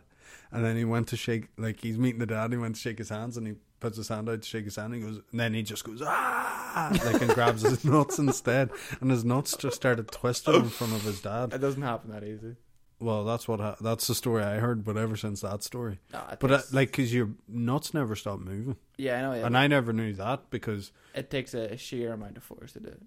[SPEAKER 1] and then he went to shake like he's meeting the dad. He went to shake his hands, and he puts his hand out to shake his hand. And he goes, and then he just goes ah, like and grabs his nuts instead, and his nuts just started twisting in front of his dad.
[SPEAKER 2] it doesn't happen that easy.
[SPEAKER 1] Well, that's what ha- that's the story I heard. But ever since that story,
[SPEAKER 2] No, it
[SPEAKER 1] but uh,
[SPEAKER 2] takes-
[SPEAKER 1] like because your nuts never stop moving,
[SPEAKER 2] yeah, I know. Yeah,
[SPEAKER 1] and I never knew that because.
[SPEAKER 2] it takes a sheer amount of force to do it.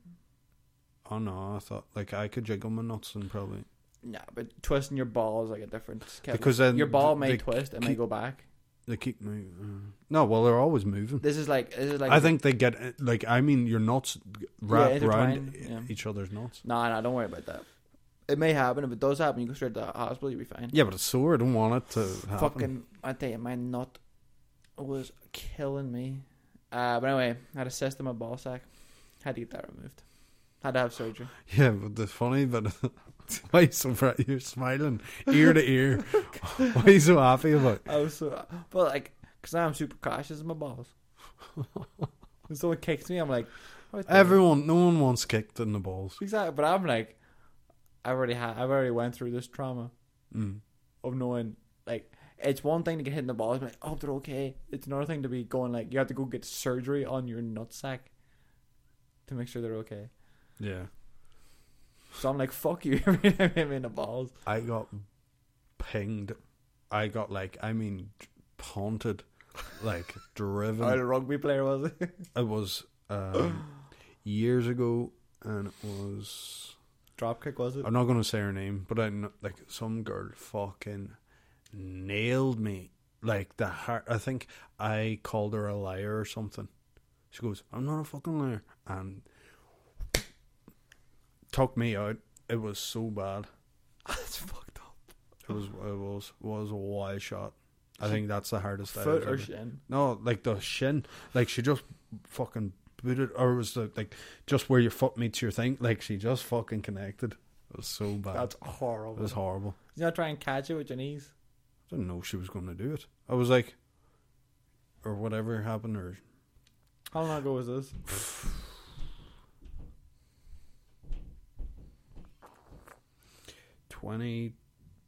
[SPEAKER 1] Oh no, I thought like I could jiggle my nuts and probably
[SPEAKER 2] Nah, but twisting your balls like a different kettle.
[SPEAKER 1] because then
[SPEAKER 2] your ball
[SPEAKER 1] th-
[SPEAKER 2] may
[SPEAKER 1] they,
[SPEAKER 2] twist and may
[SPEAKER 1] keep-
[SPEAKER 2] go back.
[SPEAKER 1] they keep moving. No, well they're always moving.
[SPEAKER 2] This is like this is like
[SPEAKER 1] I think they get like I mean your nuts wrap around
[SPEAKER 2] intertwined,
[SPEAKER 1] e-
[SPEAKER 2] yeah.
[SPEAKER 1] each other's nuts.
[SPEAKER 2] Nah, nah, don't worry about that. It may happen. If it does happen, you go straight to the hospital. You'll be fine.
[SPEAKER 1] Yeah, but it's sore. I don't want it to happen.
[SPEAKER 2] Fucking, I tell you, my nut was killing me. Uh, but anyway, I had a cyst in my ball sack. Had to get that removed. Had to have surgery.
[SPEAKER 1] Yeah, but the funny but why you so bright? You're smiling ear to ear. why are you so happy about?
[SPEAKER 2] I was so, but like, cause I'm super cautious of my balls. when someone kicks me, I'm like, what the-
[SPEAKER 1] Everyone, no one wants kicked in the balls.
[SPEAKER 2] exactly. But I'm like, I already had, I've already went through this trauma
[SPEAKER 1] Mm.
[SPEAKER 2] of knowing, like, it's one thing to get hit in the balls, like, oh, they're okay. It's another thing to be going like, you have to go get surgery on your nutsack to make sure they're okay.
[SPEAKER 1] Yeah,
[SPEAKER 2] So I'm like, fuck you, every time I hit me in the balls.
[SPEAKER 1] I got pinged. I got like I mean haunted, like driven.
[SPEAKER 2] Oh, the rugby player was it?
[SPEAKER 1] It was um, years ago, and it was.
[SPEAKER 2] Dropkick was it?
[SPEAKER 1] I'm not gonna say her name, but I kn- like some girl fucking nailed me like the heart. I think I called her a liar or something. She goes, "I'm not a fucking liar," and took me out. It was so bad.
[SPEAKER 2] That's fucked up.
[SPEAKER 1] It was it was was a wild shot. I think that's the hardest. I've
[SPEAKER 2] Foot
[SPEAKER 1] ever-
[SPEAKER 2] or shin?
[SPEAKER 1] no, like the shin, like she just fucking booted, or was the like just where your foot meets your thing? Like she just fucking connected. It was so bad.
[SPEAKER 2] That's
[SPEAKER 1] Uh, it
[SPEAKER 2] horrible.
[SPEAKER 1] was horrible.
[SPEAKER 2] You know, try and catch it with your knees.
[SPEAKER 1] I didn't know she was going to do it. I was like, or whatever happened, or
[SPEAKER 2] How long ago was this?
[SPEAKER 1] twenty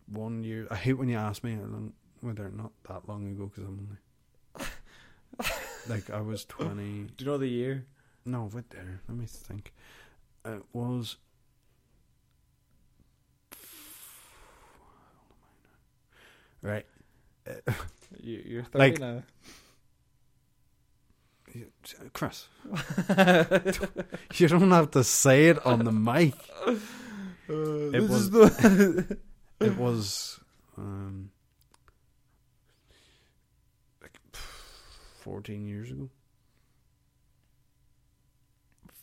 [SPEAKER 1] one years. I hate when you ask me how long. Well, they're not that long ago because I'm only like I was twenty.
[SPEAKER 2] Do you know the year?
[SPEAKER 1] No, wait there. Let me think. It was. Right.
[SPEAKER 2] You, you're 30
[SPEAKER 1] Like-
[SPEAKER 2] now.
[SPEAKER 1] Chris. you don't have to say it on the mic.
[SPEAKER 2] it
[SPEAKER 1] this is
[SPEAKER 2] the
[SPEAKER 1] It was. Um, like 14 years ago,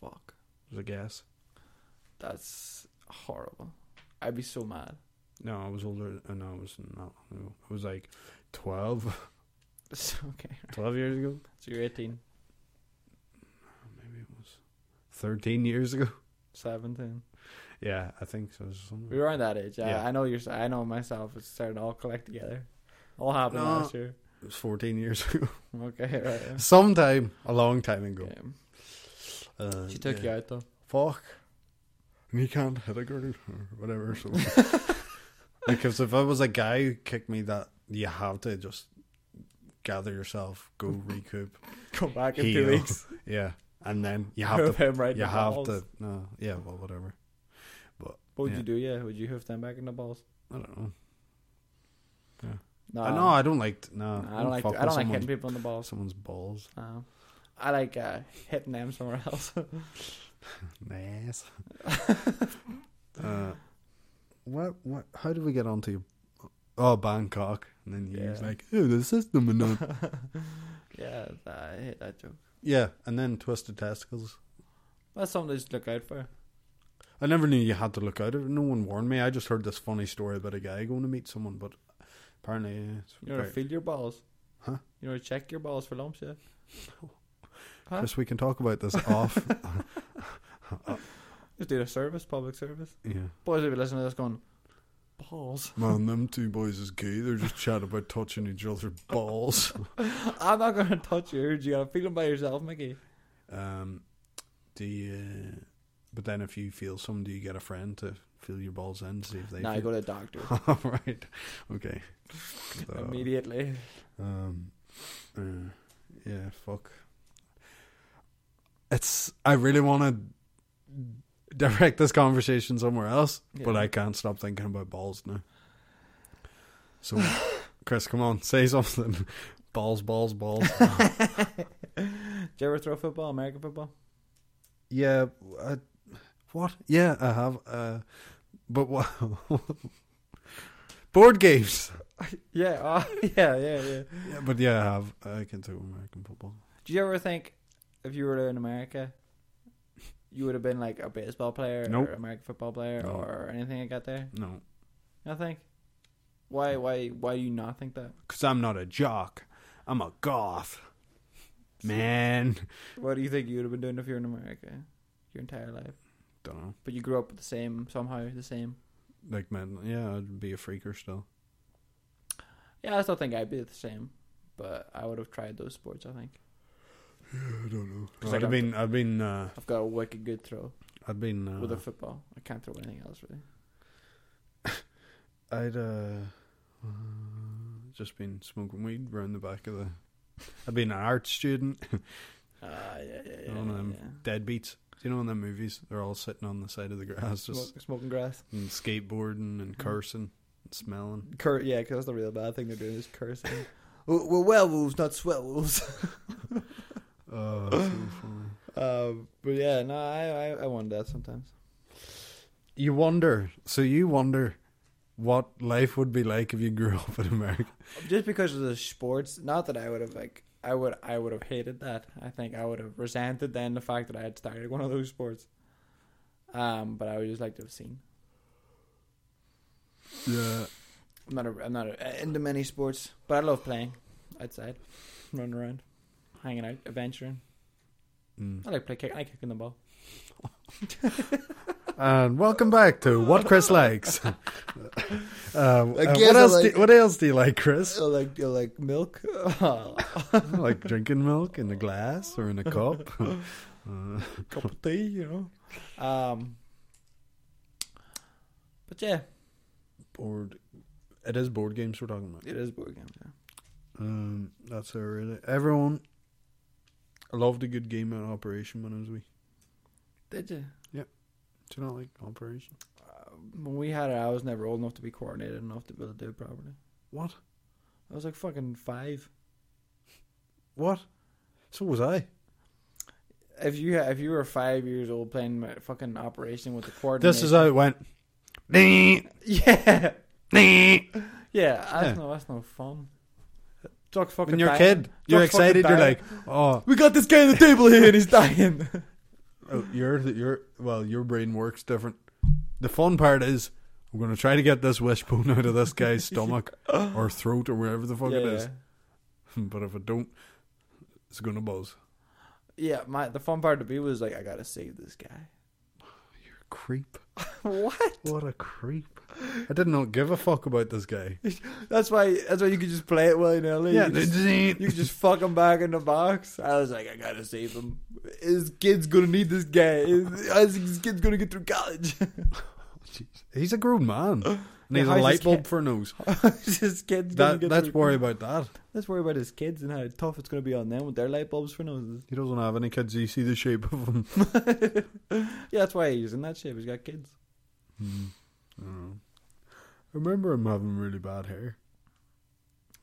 [SPEAKER 2] fuck.
[SPEAKER 1] was a guess.
[SPEAKER 2] That's horrible. I'd be so mad.
[SPEAKER 1] No, I was older. uh, No, it was not long ago. It was like 12.
[SPEAKER 2] It's okay,
[SPEAKER 1] 12 years ago?
[SPEAKER 2] so you're 18,
[SPEAKER 1] Maybe it was 13 years ago.
[SPEAKER 2] 17.
[SPEAKER 1] Yeah, I think so. something.
[SPEAKER 2] We were around that age. I,
[SPEAKER 1] Yeah.
[SPEAKER 2] I know you're. I know myself. It's starting to all collect together. All happened
[SPEAKER 1] No.
[SPEAKER 2] last year.
[SPEAKER 1] It was 14 years ago.
[SPEAKER 2] Okay, right. yeah.
[SPEAKER 1] Sometime, a long time ago.
[SPEAKER 2] Yeah.
[SPEAKER 1] Uh,
[SPEAKER 2] She took
[SPEAKER 1] yeah.
[SPEAKER 2] you out though.
[SPEAKER 1] fuck. And he can't hit a girl or whatever. So, because if I was a guy who kicked me, that you have to just gather yourself, go recoup,
[SPEAKER 2] Come back in two
[SPEAKER 1] Heel.
[SPEAKER 2] weeks.
[SPEAKER 1] yeah, and then you have
[SPEAKER 2] Hoof
[SPEAKER 1] to,
[SPEAKER 2] him right. in
[SPEAKER 1] you
[SPEAKER 2] the
[SPEAKER 1] have
[SPEAKER 2] balls.
[SPEAKER 1] to, no, yeah, well, whatever.
[SPEAKER 2] What would
[SPEAKER 1] yeah.
[SPEAKER 2] you do? Yeah, would you hoof them back in the balls?
[SPEAKER 1] I don't know.
[SPEAKER 2] No,
[SPEAKER 1] I know I don't like. No,
[SPEAKER 2] I don't like.
[SPEAKER 1] fuck with
[SPEAKER 2] I don't like
[SPEAKER 1] someone's,
[SPEAKER 2] hitting people in the balls.
[SPEAKER 1] someone's balls.
[SPEAKER 2] Um, I like uh, hitting them somewhere else.
[SPEAKER 1] Nice. uh, what? What? How did we get onto? Oh, Bangkok, and then he was
[SPEAKER 2] Yeah.
[SPEAKER 1] like, "Oh, the system and not."
[SPEAKER 2] yeah, I hate that joke.
[SPEAKER 1] yeah, and then twisted testicles.
[SPEAKER 2] That's something to just look out for.
[SPEAKER 1] I never knew you had to look out. No one warned me. I just heard this funny story about a guy going to meet someone, but apparently, yeah, it's
[SPEAKER 2] You know to
[SPEAKER 1] very-
[SPEAKER 2] feel your balls.
[SPEAKER 1] Huh?
[SPEAKER 2] You know to check your balls for lumps. Yeah. huh?
[SPEAKER 1] Chris, we can talk about this off.
[SPEAKER 2] Just do a service, public service.
[SPEAKER 1] yeah,
[SPEAKER 2] Boys will be listening to this going, balls.
[SPEAKER 1] man, them two boys is gay. They're just chatting about touching each other's balls.
[SPEAKER 2] I'm not gonna touch yours. You gotta feel them by yourself, Mickey.
[SPEAKER 1] Um, do you? But then, if you feel some, do you get a friend to feel your balls in, see if they?
[SPEAKER 2] Now you
[SPEAKER 1] feel?
[SPEAKER 2] go to the doctor
[SPEAKER 1] All right. Okay. So,
[SPEAKER 2] immediately.
[SPEAKER 1] um, uh, yeah. Fuck. It's. I really want to direct this conversation somewhere else, but
[SPEAKER 2] Yeah.
[SPEAKER 1] I can't stop thinking about balls now. So, Chris, come on, say something. Balls, balls, balls.
[SPEAKER 2] Did you ever throw football, American football?
[SPEAKER 1] Yeah, I, what? Yeah, I have. Uh, but what? Board games.
[SPEAKER 2] Yeah, uh, yeah, yeah, yeah.
[SPEAKER 1] Yeah, but yeah, I have. uh, I can do American football.
[SPEAKER 2] Do you ever think if you were in America, you would have been like a baseball player
[SPEAKER 1] Nope.
[SPEAKER 2] or American football player
[SPEAKER 1] No.
[SPEAKER 2] or anything like that? There,
[SPEAKER 1] No,
[SPEAKER 2] I think. Why, why, why do you not think that?
[SPEAKER 1] because I'm not a jock. I'm a goth. Man,
[SPEAKER 2] What do you think you would have been doing if you were in America your entire life?
[SPEAKER 1] don't know.
[SPEAKER 2] But you grew up with the same somehow the same.
[SPEAKER 1] Like, man, yeah, I'd be a freaker still.
[SPEAKER 2] Yeah, I still think I'd be the same, but I would have tried those sports. I think
[SPEAKER 1] Yeah, I don't know.
[SPEAKER 2] 'Cause I
[SPEAKER 1] I've
[SPEAKER 2] got
[SPEAKER 1] been, I've been, uh,
[SPEAKER 2] I've got a wicked good throw
[SPEAKER 1] I've been. Uh,
[SPEAKER 2] with a football. I can't throw anything else really.
[SPEAKER 1] I'd uh, uh, just been smoking weed round the back of the. I've been an art student.
[SPEAKER 2] Ah, yeah, yeah, yeah.
[SPEAKER 1] Oh, no, I'm-
[SPEAKER 2] yeah.
[SPEAKER 1] deadbeats. Do you know in the movies they're all sitting on the side of the grass, just
[SPEAKER 2] Smoking, smoking grass.
[SPEAKER 1] and skateboarding and cursing and smelling.
[SPEAKER 2] Cur- yeah, because that's the real bad thing they're doing is cursing. we're, we're werewolves, not sweat wolves.
[SPEAKER 1] Oh, that's so funny.
[SPEAKER 2] um, but yeah, no, I, I, I wonder that sometimes.
[SPEAKER 1] You wonder. So you wonder what life would be like if you grew up in America.
[SPEAKER 2] Just because of the sports, not that I would have like, I would, I would have hated that. I think I would have resented then the fact that I had started one of those sports. Um, but I would just like to have seen.
[SPEAKER 1] Yeah.
[SPEAKER 2] I'm not, a, I'm not a, uh, into many sports, but I love playing outside, running around, hanging out, adventuring.
[SPEAKER 1] Mm.
[SPEAKER 2] I like play kick, I like kicking the ball.
[SPEAKER 1] And welcome back to what Chris likes. Uh, uh,
[SPEAKER 2] guess
[SPEAKER 1] what
[SPEAKER 2] I
[SPEAKER 1] else?
[SPEAKER 2] like-
[SPEAKER 1] do, what else do you like, Chris?
[SPEAKER 2] I like, I like milk.
[SPEAKER 1] like drinking milk in a glass or in a cup. Uh,
[SPEAKER 2] cup of tea, you know. Um, but yeah,
[SPEAKER 1] board. It is board games we're talking about.
[SPEAKER 2] it is board games. Yeah.
[SPEAKER 1] Um, that's it, really. Everyone, I loved a good game at Operation when I was wee.
[SPEAKER 2] Did you?
[SPEAKER 1] Do you not like Operation?
[SPEAKER 2] Uh, when we had it, I was never old enough to be coordinated enough to be able to do it properly.
[SPEAKER 1] What?
[SPEAKER 2] I was like fucking five.
[SPEAKER 1] What? So was I.
[SPEAKER 2] If you ha- if you were five years old playing my fucking operation with the coordinator,
[SPEAKER 1] This is how it went. Nee,
[SPEAKER 2] yeah,
[SPEAKER 1] nee.
[SPEAKER 2] yeah. That's
[SPEAKER 1] Yeah.
[SPEAKER 2] no, that's no fun. Chuck's fucking.
[SPEAKER 1] When you're a
[SPEAKER 2] dying.
[SPEAKER 1] kid, you're
[SPEAKER 2] Chuck's fucking
[SPEAKER 1] excited. You're
[SPEAKER 2] dying.
[SPEAKER 1] like, oh,
[SPEAKER 2] we got this guy on the table here, and he's dying.
[SPEAKER 1] oh, you're the, you're well, your brain works different. The fun part is I'm gonna try to get this wishbone out of this guy's stomach or throat or wherever the fuck it
[SPEAKER 2] Yeah,
[SPEAKER 1] is.
[SPEAKER 2] yeah.
[SPEAKER 1] But if I don't, it's gonna buzz.
[SPEAKER 2] Yeah, my the fun part to me was like, I gotta save this guy.
[SPEAKER 1] Creep.
[SPEAKER 2] what?
[SPEAKER 1] What a creep. I did not give a fuck about this guy.
[SPEAKER 2] That's why. That's why you could just play it willy nilly.
[SPEAKER 1] Yeah,
[SPEAKER 2] you just, you could just fuck him back in the box. I was like, I gotta save him. His kid's gonna need this guy. His, his kid's gonna get through college.
[SPEAKER 1] he's a grown man. And
[SPEAKER 2] Yeah,
[SPEAKER 1] he's a
[SPEAKER 2] how's
[SPEAKER 1] light
[SPEAKER 2] his
[SPEAKER 1] bulb
[SPEAKER 2] kid-
[SPEAKER 1] for a nose.
[SPEAKER 2] his kid's gonna
[SPEAKER 1] That,
[SPEAKER 2] get
[SPEAKER 1] let's
[SPEAKER 2] through.
[SPEAKER 1] worry about that.
[SPEAKER 2] Let's worry about his kids and how tough it's gonna be on them with their light bulbs for noses.
[SPEAKER 1] He doesn't have any kids. You see the shape of him.
[SPEAKER 2] Yeah, that's why he's in that shape. He's got kids. Hmm.
[SPEAKER 1] I don't know. Hmm. I remember him having really bad hair.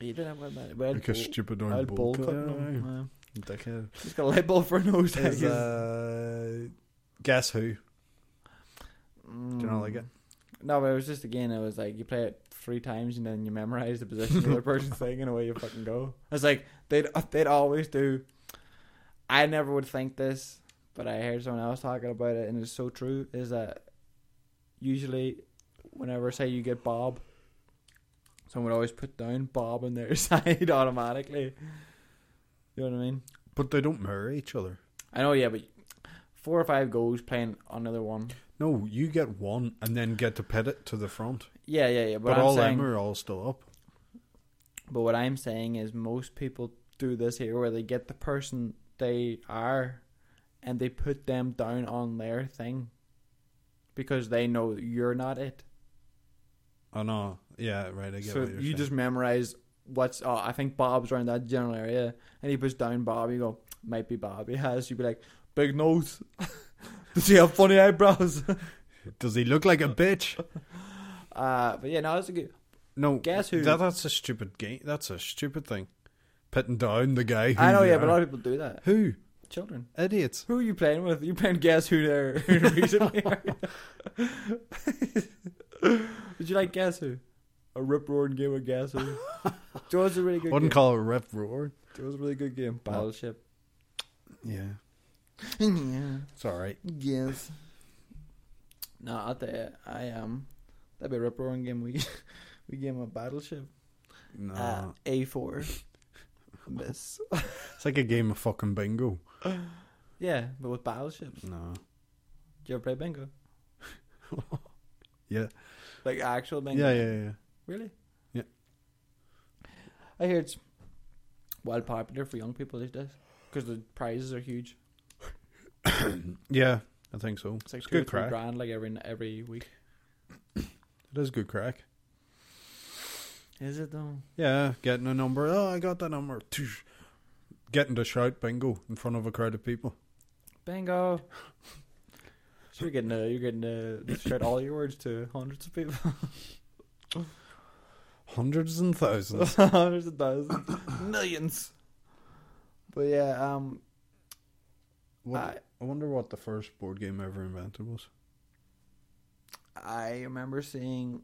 [SPEAKER 2] He didn't have that. But
[SPEAKER 1] Like a stupid orange bowl cut. Yeah, aye. Dickhead.
[SPEAKER 2] He's got a light bulb for a nose. I
[SPEAKER 1] Is,
[SPEAKER 2] guess.
[SPEAKER 1] uh, guess who? Do you not like it?
[SPEAKER 2] Hmm. No, but it was just again. It was like you play it three times and then you memorize the position of the other person's thing and away you fucking go. It's like they'd they'd always do. I never would think this, but I heard someone else talking about it, and it's so true. Is that usually whenever say you get Bob, someone would always put down Bob on their side automatically. You know what I mean?
[SPEAKER 1] But they don't mirror each other.
[SPEAKER 2] I know, yeah, but four or five goals playing another one.
[SPEAKER 1] No, you get one and then get to pit it to the front.
[SPEAKER 2] Yeah, yeah, yeah. But,
[SPEAKER 1] But
[SPEAKER 2] I'm
[SPEAKER 1] all
[SPEAKER 2] saying,
[SPEAKER 1] them are all still up.
[SPEAKER 2] But what I'm saying is most people do this here where they get the person they are and they put them down on their thing because they know you're not it.
[SPEAKER 1] Oh no, yeah, right. I get
[SPEAKER 2] So
[SPEAKER 1] what you're
[SPEAKER 2] you
[SPEAKER 1] saying.
[SPEAKER 2] just memorize what's oh, I think Bob's around that general area and he puts down Bob, you go, might be Bob. He has you'd be like, Big nose. Does he have funny eyebrows?
[SPEAKER 1] does he look like a bitch?
[SPEAKER 2] uh but yeah, no, it's a good
[SPEAKER 1] No,
[SPEAKER 2] Guess who-
[SPEAKER 1] That, that's a stupid game. That's a stupid thing. Pitting down the guy. Who
[SPEAKER 2] I know,
[SPEAKER 1] you
[SPEAKER 2] yeah, but
[SPEAKER 1] are.
[SPEAKER 2] a lot of people do that.
[SPEAKER 1] who
[SPEAKER 2] Children.
[SPEAKER 1] idiots?
[SPEAKER 2] Who are you playing with? You playing Guess Who there recently? Did you like Guess Who? A rip roaring game of Guess Who. it was a really good.
[SPEAKER 1] Wouldn't
[SPEAKER 2] game.
[SPEAKER 1] call it a rip roar.
[SPEAKER 2] It was a really good game. Battleship.
[SPEAKER 1] Yeah,
[SPEAKER 2] yeah.
[SPEAKER 1] it's all right.
[SPEAKER 2] Yes. No, I tell you, I am. Um, that'd be a rip roaring game. We we game a battleship.
[SPEAKER 1] No,
[SPEAKER 2] Uh, A four. Miss.
[SPEAKER 1] it's like a game of fucking bingo.
[SPEAKER 2] Yeah, but with battleships. Do
[SPEAKER 1] No,
[SPEAKER 2] you ever play bingo?
[SPEAKER 1] yeah,
[SPEAKER 2] Like actual bingo.
[SPEAKER 1] yeah, yeah, yeah.
[SPEAKER 2] Really?
[SPEAKER 1] Yeah.
[SPEAKER 2] I hear it's well popular for young people these days because the prizes are huge.
[SPEAKER 1] Yeah, I think so.
[SPEAKER 2] It's like
[SPEAKER 1] It's
[SPEAKER 2] two or
[SPEAKER 1] good
[SPEAKER 2] three
[SPEAKER 1] crack.
[SPEAKER 2] grand like every every week.
[SPEAKER 1] It is good crack.
[SPEAKER 2] Is it though?
[SPEAKER 1] Yeah, getting a number. Oh, I got that number. Toosh. Getting to shout bingo in front of a crowd of people.
[SPEAKER 2] Bingo. So you're getting uh, you're getting uh, straight all your words to hundreds of people,
[SPEAKER 1] Hundreds and thousands.
[SPEAKER 2] hundreds of thousands, millions. But yeah, um,
[SPEAKER 1] What-
[SPEAKER 2] I-
[SPEAKER 1] I wonder what the first board game ever invented was.
[SPEAKER 2] I remember seeing.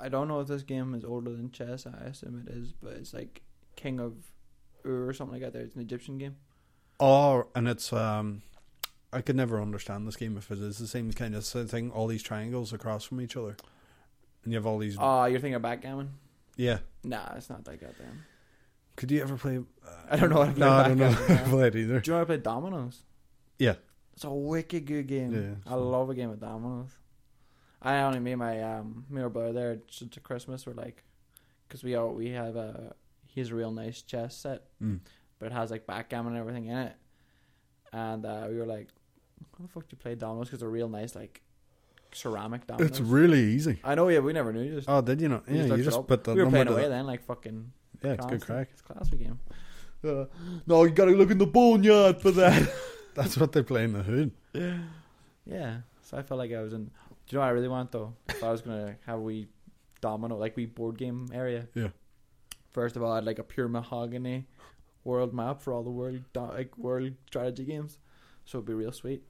[SPEAKER 2] I don't know if this game is older than chess. I assume it is, but it's like King of Ur or something like that. There, it's an Egyptian game.
[SPEAKER 1] Oh, and it's um, I could never understand this game if it is the same kind of s- thing. All these triangles across from each other, and you have all these.
[SPEAKER 2] Oh, you're thinking of backgammon?
[SPEAKER 1] yeah,
[SPEAKER 2] Nah, it's not that goddamn.
[SPEAKER 1] could you ever play? Uh,
[SPEAKER 2] I don't know how to play
[SPEAKER 1] no, I don't know
[SPEAKER 2] backgammon,
[SPEAKER 1] how to
[SPEAKER 2] yeah.
[SPEAKER 1] play it either.
[SPEAKER 2] Do you want to play dominoes?
[SPEAKER 1] Yeah.
[SPEAKER 2] It's a wicked good game.
[SPEAKER 1] Yeah,
[SPEAKER 2] I
[SPEAKER 1] so-
[SPEAKER 2] love a game of dominoes. I only me and my um me or brother there to Christmas were like, because we all we have a he has a real nice chess set,
[SPEAKER 1] Mm.
[SPEAKER 2] but it has like backgammon and everything in it, and uh, we were like, how the fuck do you play dominoes? Because they're real nice like ceramic dominoes.
[SPEAKER 1] It's really easy.
[SPEAKER 2] I know, yeah, we never knew. Just
[SPEAKER 1] Oh, did you know?
[SPEAKER 2] we
[SPEAKER 1] Yeah,
[SPEAKER 2] looked
[SPEAKER 1] you
[SPEAKER 2] it
[SPEAKER 1] just
[SPEAKER 2] up.
[SPEAKER 1] put that
[SPEAKER 2] we were
[SPEAKER 1] number.
[SPEAKER 2] playing
[SPEAKER 1] to
[SPEAKER 2] away
[SPEAKER 1] the-
[SPEAKER 2] then, like fucking.
[SPEAKER 1] yeah, it's good
[SPEAKER 2] constant.
[SPEAKER 1] crack.
[SPEAKER 2] It's a classic game. Uh, no, you gotta look in the boneyard for that.
[SPEAKER 1] That's what they play in the hood.
[SPEAKER 2] Yeah. So I felt like I was in. Do you know what I really want though? If I was gonna have a wee domino, like we board game area.
[SPEAKER 1] Yeah.
[SPEAKER 2] First of all, I'd like a pure mahogany world map for all the world do- like world strategy games, so it'd be real sweet.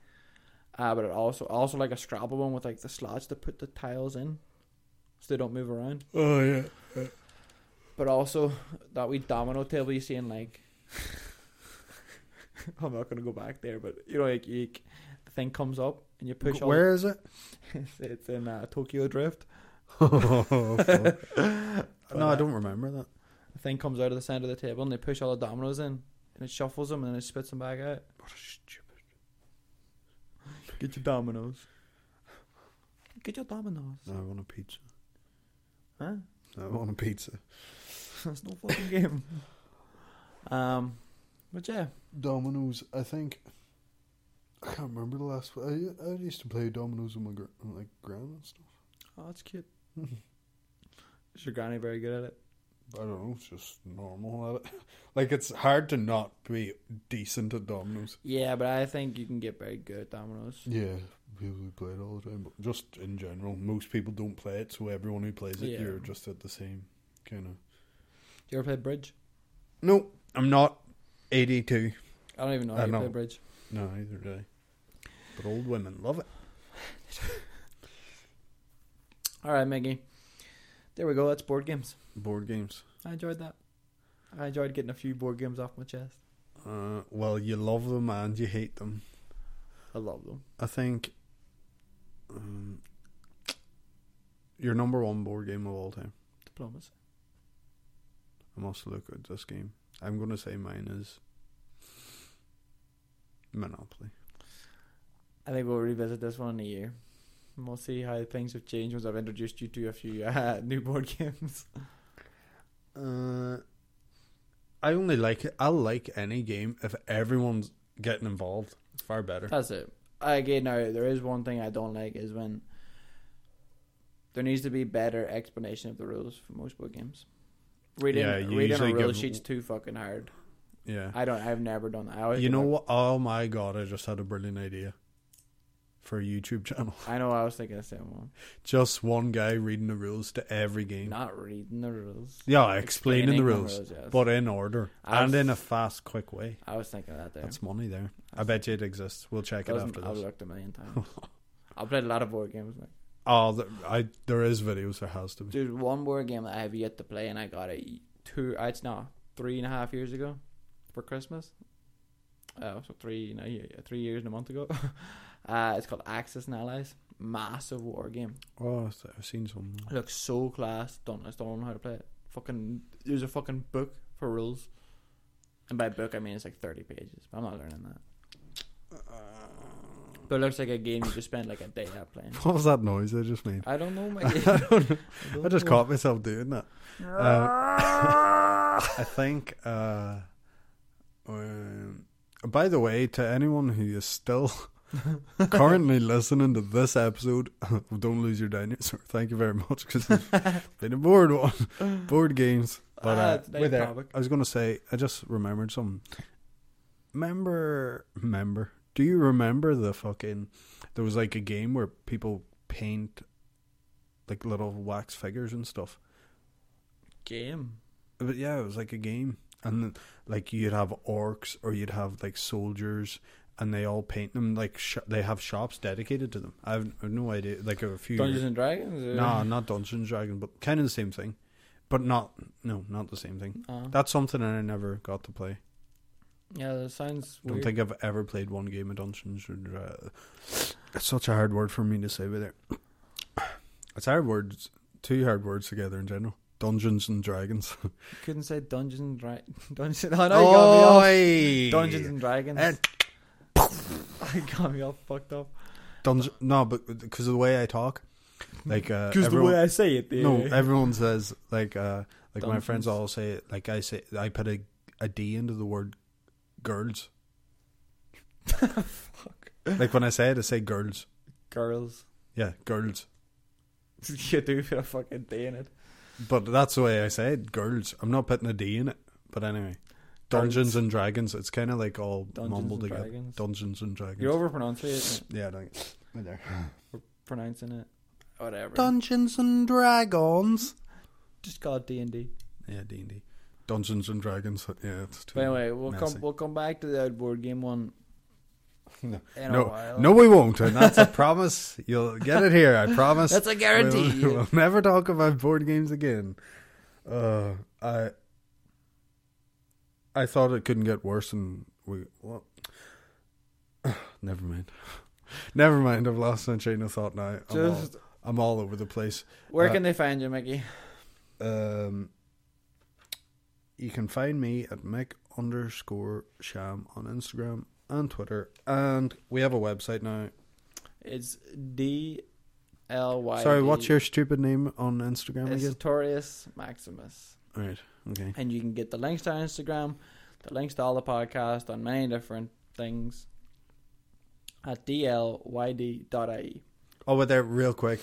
[SPEAKER 2] Uh, but it also also like a Scrabble one with like the slots to put the tiles in, so they don't move around.
[SPEAKER 1] Oh yeah.
[SPEAKER 2] But also that wee domino table you see in like. I'm not gonna go back there, but you know, like you, the thing comes up and you push. all the-
[SPEAKER 1] Where is it?
[SPEAKER 2] it's, it's in uh, Tokyo Drift.
[SPEAKER 1] Oh, fuck. no, I
[SPEAKER 2] uh,
[SPEAKER 1] don't remember that.
[SPEAKER 2] The thing comes out of the center of the table and they push all the dominoes in and it shuffles them and then it spits them back out.
[SPEAKER 1] What a stupid.
[SPEAKER 2] Get your dominoes. Get your dominoes.
[SPEAKER 1] I want a pizza.
[SPEAKER 2] Huh?
[SPEAKER 1] I want a pizza.
[SPEAKER 2] That's no fucking game. Um, but yeah,
[SPEAKER 1] Dominoes. I think. I can't remember the last. I I used to play dominoes with my gr- like grandma and stuff.
[SPEAKER 2] oh, that's cute. Is your granny very good at it?
[SPEAKER 1] I don't know. It's just normal at it. Like it's hard to not be decent at dominoes.
[SPEAKER 2] Yeah, but I think you can get very good at dominoes.
[SPEAKER 1] Yeah, people who play it all the time, but just in general, most people don't play it. So everyone who plays it,
[SPEAKER 2] Yeah.
[SPEAKER 1] you're just at the same kind of.
[SPEAKER 2] You ever play bridge?
[SPEAKER 1] No, I'm not. Eighty-two.
[SPEAKER 2] I don't even know
[SPEAKER 1] I
[SPEAKER 2] how you
[SPEAKER 1] know.
[SPEAKER 2] play bridge.
[SPEAKER 1] No, either do I. But old women love it.
[SPEAKER 2] All right, Maggie. There we go. That's board games.
[SPEAKER 1] Board games.
[SPEAKER 2] I enjoyed that. I enjoyed getting a few board games off my chest.
[SPEAKER 1] Uh, well, you love them and you hate them.
[SPEAKER 2] I love them.
[SPEAKER 1] I think um, your number one board game of all time.
[SPEAKER 2] Diplomacy.
[SPEAKER 1] I must look at this game. I'm going to say mine is Monopoly.
[SPEAKER 2] I think we'll revisit this one in a year. And we'll see how things have changed once I've introduced you to a few uh, new board games.
[SPEAKER 1] Uh, I only like it. I like any game if everyone's getting involved. Far better.
[SPEAKER 2] That's it. Again, now there is one thing I don't like is when there needs to be better explanation of the rules for most board games. Reading
[SPEAKER 1] Yeah, you
[SPEAKER 2] reading
[SPEAKER 1] usually
[SPEAKER 2] a rule
[SPEAKER 1] give-
[SPEAKER 2] sheet's too fucking hard.
[SPEAKER 1] Yeah.
[SPEAKER 2] I don't. I've never done that. I always
[SPEAKER 1] You
[SPEAKER 2] go
[SPEAKER 1] know
[SPEAKER 2] back-
[SPEAKER 1] what? Oh my god! I just had a brilliant idea for a YouTube channel.
[SPEAKER 2] I know. I was thinking the same one.
[SPEAKER 1] Just one guy reading the rules to every game.
[SPEAKER 2] Not reading the rules.
[SPEAKER 1] Yeah, explaining, the rules,
[SPEAKER 2] yes.
[SPEAKER 1] but in order
[SPEAKER 2] I was-
[SPEAKER 1] and in a fast, quick way.
[SPEAKER 2] I was thinking that there.
[SPEAKER 1] That's money there. I bet you it exists. We'll check it
[SPEAKER 2] Doesn't-
[SPEAKER 1] after
[SPEAKER 2] I've
[SPEAKER 1] this.
[SPEAKER 2] looked a million times. I've played a lot of board games. Like,
[SPEAKER 1] Oh, th I there is videos. There has to be.
[SPEAKER 2] there's one board game that I have yet to play, and I got it two. uh, It's no three and a half years ago for Christmas. Uh, so three, no, yeah, yeah, three years and a month ago. uh, it's called Axis and Allies. Massive war game.
[SPEAKER 1] Oh, I've I've seen some.
[SPEAKER 2] It looks so class. Don't I still don't know how to play it. Fucking, there's a fucking book for rules, and by book I mean it's like thirty pages. But I'm not learning that. But it looks like a game you just spend like a day out playing.
[SPEAKER 1] What was that noise I just made?
[SPEAKER 2] I don't know, my.
[SPEAKER 1] I don't know. I just
[SPEAKER 2] know.
[SPEAKER 1] caught myself doing that. Uh, I think. Uh, um, by the way, to anyone who is still currently listening to this episode, don't lose your dinosaur. Thank you very much because it's been a board one. Board games. But
[SPEAKER 2] Ah,
[SPEAKER 1] uh,
[SPEAKER 2] it's
[SPEAKER 1] we're there.
[SPEAKER 2] topic.
[SPEAKER 1] I was going to say, I just remembered something. Remember, remember. Do you remember the fucking? There was like a game where people paint like little wax figures and stuff.
[SPEAKER 2] Game.
[SPEAKER 1] But yeah, it was like a game, and like you'd have orcs or you'd have like soldiers, and they all paint them. Like sh- they have shops dedicated to them. I've, I've no idea. Like a few.
[SPEAKER 2] Dungeons and Dragons. or-
[SPEAKER 1] Nah, not Dungeons and Dragons, but kind of the same thing, but not no, not the same thing.
[SPEAKER 2] Uh,
[SPEAKER 1] That's something that I never got to play.
[SPEAKER 2] yeah, that sounds
[SPEAKER 1] I don't
[SPEAKER 2] weird.
[SPEAKER 1] think I've ever played one game of Dungeons or Dra- It's such a hard word for me to say with it. It's hard words, two hard words together in general. Dungeons and Dragons.
[SPEAKER 2] Couldn't say Dungeons and Dragons. Dungeons. Oh, no, you got me off.
[SPEAKER 1] Oi!
[SPEAKER 2] Dungeons and Dragons.
[SPEAKER 1] And-
[SPEAKER 2] I got me all fucked up.
[SPEAKER 1] Dungeon. No, but because of the way I talk, like uh, everyone-
[SPEAKER 2] I say it, eh?
[SPEAKER 1] no, everyone says like uh, like my friends
[SPEAKER 2] Dungeons.
[SPEAKER 1] all say it. Like I say, I put a a D into the word girls. Like when I say it, I say girls.
[SPEAKER 2] girls.
[SPEAKER 1] Yeah, girls.
[SPEAKER 2] you do put a fucking day in it.
[SPEAKER 1] But that's the way I say it, girls. I'm not putting a D in it. But anyway,
[SPEAKER 2] Girls.
[SPEAKER 1] Dungeons and Dragons. It's kind of like all
[SPEAKER 2] Dungeons
[SPEAKER 1] mumbled
[SPEAKER 2] and
[SPEAKER 1] together.
[SPEAKER 2] Dragons.
[SPEAKER 1] Dungeons and Dragons.
[SPEAKER 2] You're overpronouncing it,
[SPEAKER 1] yeah, thanks. Right there.
[SPEAKER 2] pronouncing it, whatever.
[SPEAKER 1] Dungeons and Dragons.
[SPEAKER 2] Just call it D and D.
[SPEAKER 1] Yeah, D and D. Dungeons and Dragons. Yeah, it's too.
[SPEAKER 2] But anyway, we'll
[SPEAKER 1] messy.
[SPEAKER 2] come. We'll come back to the board game one.
[SPEAKER 1] No.
[SPEAKER 2] in a
[SPEAKER 1] No,
[SPEAKER 2] while.
[SPEAKER 1] no, we won't, and that's a promise. You'll get it here, I promise.
[SPEAKER 2] That's a guarantee.
[SPEAKER 1] We will, we'll never talk about board games again. Uh, I, I thought it couldn't get worse, and we well, never mind, never mind. I've lost my train of thought now. I'm,
[SPEAKER 2] Just
[SPEAKER 1] all, I'm all over the place.
[SPEAKER 2] where
[SPEAKER 1] uh,
[SPEAKER 2] can they find you, Mickey?
[SPEAKER 1] Um, you can find me at Mick underscore Sham on Instagram and Twitter, and we have a website now.
[SPEAKER 2] It's D L Y.
[SPEAKER 1] Sorry, what's your stupid name on Instagram
[SPEAKER 2] It's
[SPEAKER 1] again?
[SPEAKER 2] Torius Maximus.
[SPEAKER 1] Alright, okay.
[SPEAKER 2] And you can get the links to our Instagram, the links to all the podcast on many different things at dlyd.ie.
[SPEAKER 1] Oh, but there, real quick,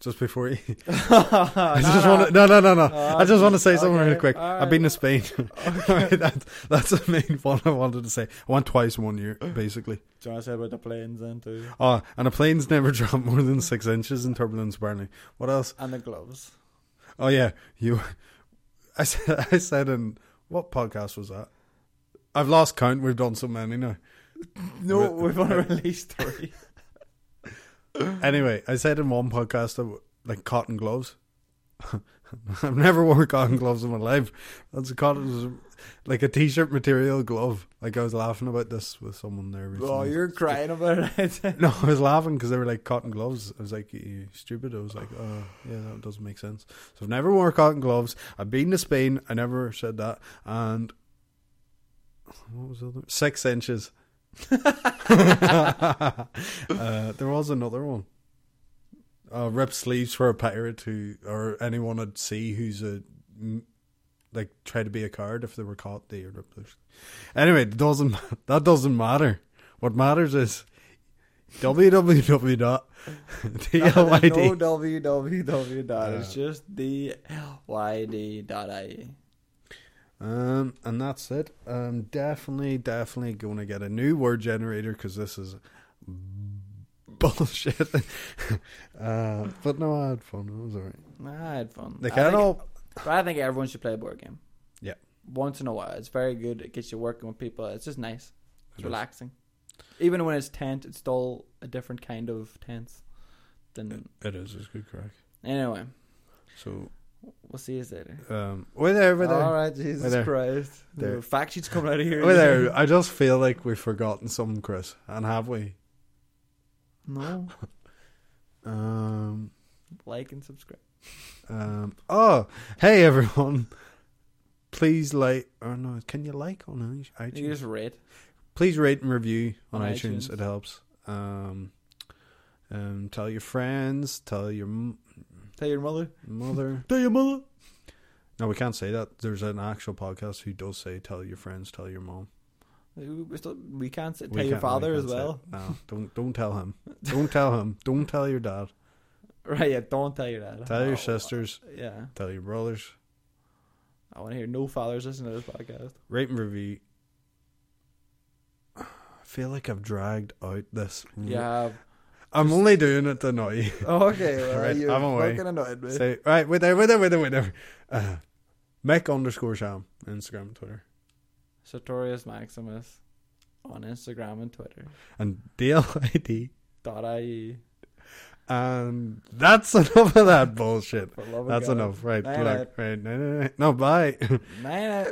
[SPEAKER 1] just before you. I
[SPEAKER 2] I
[SPEAKER 1] just want to. No, no, no, no.
[SPEAKER 2] Oh,
[SPEAKER 1] I just want to say
[SPEAKER 2] okay,
[SPEAKER 1] something real quick.
[SPEAKER 2] alright.
[SPEAKER 1] I've been to Spain. Alright, that, that's the main one I wanted to say. I went twice in one year, basically.
[SPEAKER 2] Do you want to say about the planes then too?
[SPEAKER 1] Oh, and the plane's never dropped more than six inches in turbulence, apparently. What else?
[SPEAKER 2] And the gloves.
[SPEAKER 1] Oh, yeah. You. I said, I said in. What podcast was that? I've lost count. We've done so many now.
[SPEAKER 2] No,
[SPEAKER 1] Re-
[SPEAKER 2] we've on a release three.
[SPEAKER 1] Anyway, I said in one podcast that like cotton gloves. I've never worn cotton gloves in my life. That's a cotton, like a t-shirt material glove. Like I was laughing about this with someone there recently.
[SPEAKER 2] oh, you're crying about it.
[SPEAKER 1] No, I was laughing because they were like cotton gloves. I was like, you stupid. I was like, oh, yeah, that doesn't make sense. So I've never worn cotton gloves. I've been to Spain. I never said that. And what was the other? Six inches. uh, there was another one. Uh, rip sleeves for a pirate who, or anyone at sea who's a, mm, like, try to be a card. If they were caught, they would rip their sleeves. Anyway, it doesn't, that doesn't matter. What matters is
[SPEAKER 2] No
[SPEAKER 1] www.dlyd.
[SPEAKER 2] www dot.
[SPEAKER 1] Uh.
[SPEAKER 2] It's just dlyd dot E. ie.
[SPEAKER 1] Um, and that's it. I'm definitely, definitely going to get a new word generator because this is bullshit. uh, but no, I had fun. It was alright.
[SPEAKER 2] I had fun.
[SPEAKER 1] Like,
[SPEAKER 2] I
[SPEAKER 1] I
[SPEAKER 2] think-
[SPEAKER 1] don't-
[SPEAKER 2] but I think everyone should play a board game.
[SPEAKER 1] Yeah.
[SPEAKER 2] Once in a while, it's very good. It gets you working with people. It's just nice.
[SPEAKER 1] It
[SPEAKER 2] It's
[SPEAKER 1] is.
[SPEAKER 2] relaxing. Even when it's tense, it's still a different kind of tense. Than
[SPEAKER 1] It is. It's good crack.
[SPEAKER 2] anyway,
[SPEAKER 1] So,
[SPEAKER 2] we'll see you later.
[SPEAKER 1] um, we're there. We're there.
[SPEAKER 2] All right, Jesus
[SPEAKER 1] We're there.
[SPEAKER 2] Christ.
[SPEAKER 1] There.
[SPEAKER 2] The fact sheet's coming out of here.
[SPEAKER 1] We're there. I just feel like we've forgotten something, Chris. And have we?
[SPEAKER 2] No,
[SPEAKER 1] Um,
[SPEAKER 2] like and subscribe.
[SPEAKER 1] Um, oh, hey everyone! Please like. Oh no, can you like on iTunes?
[SPEAKER 2] You just rate.
[SPEAKER 1] Please rate and review on,
[SPEAKER 2] On
[SPEAKER 1] iTunes.
[SPEAKER 2] iTunes.
[SPEAKER 1] It helps. Um, um, tell your friends. Tell your m-
[SPEAKER 2] Tell your mother.
[SPEAKER 1] mother.
[SPEAKER 2] Tell your mother.
[SPEAKER 1] no, we can't say that. There's an actual podcast who does say, "Tell your friends. Tell your mom."
[SPEAKER 2] We, we still, we can't say,
[SPEAKER 1] We
[SPEAKER 2] tell your
[SPEAKER 1] can't- we
[SPEAKER 2] father as
[SPEAKER 1] can't say
[SPEAKER 2] well.
[SPEAKER 1] it. No, don't don't tell him. Don't tell him. Don't tell your dad.
[SPEAKER 2] Right, yeah, don't tell your dad.
[SPEAKER 1] Tell
[SPEAKER 2] Oh,
[SPEAKER 1] your sisters.
[SPEAKER 2] Yeah.
[SPEAKER 1] Tell your brothers.
[SPEAKER 2] I want to hear no fathers listening to this podcast.
[SPEAKER 1] Rate and review. I feel like I've dragged out this.
[SPEAKER 2] Yeah.
[SPEAKER 1] I'm only doing it to annoy you.
[SPEAKER 2] okay, well,
[SPEAKER 1] Alright,
[SPEAKER 2] you're
[SPEAKER 1] I'm away.
[SPEAKER 2] fucking annoyed me.
[SPEAKER 1] Say, right, we're there, we're there, we're there, we're there. Uh, Mick underscore Sham, Instagram and Twitter.
[SPEAKER 2] Sartorius Maximus on Instagram and Twitter.
[SPEAKER 1] And DLID.
[SPEAKER 2] Dot IE.
[SPEAKER 1] And that's enough of that bullshit.
[SPEAKER 2] For love of
[SPEAKER 1] That's
[SPEAKER 2] God.
[SPEAKER 1] enough. Right,
[SPEAKER 2] Night,
[SPEAKER 1] look, right. night, night, night. No, bye.
[SPEAKER 2] Night, night.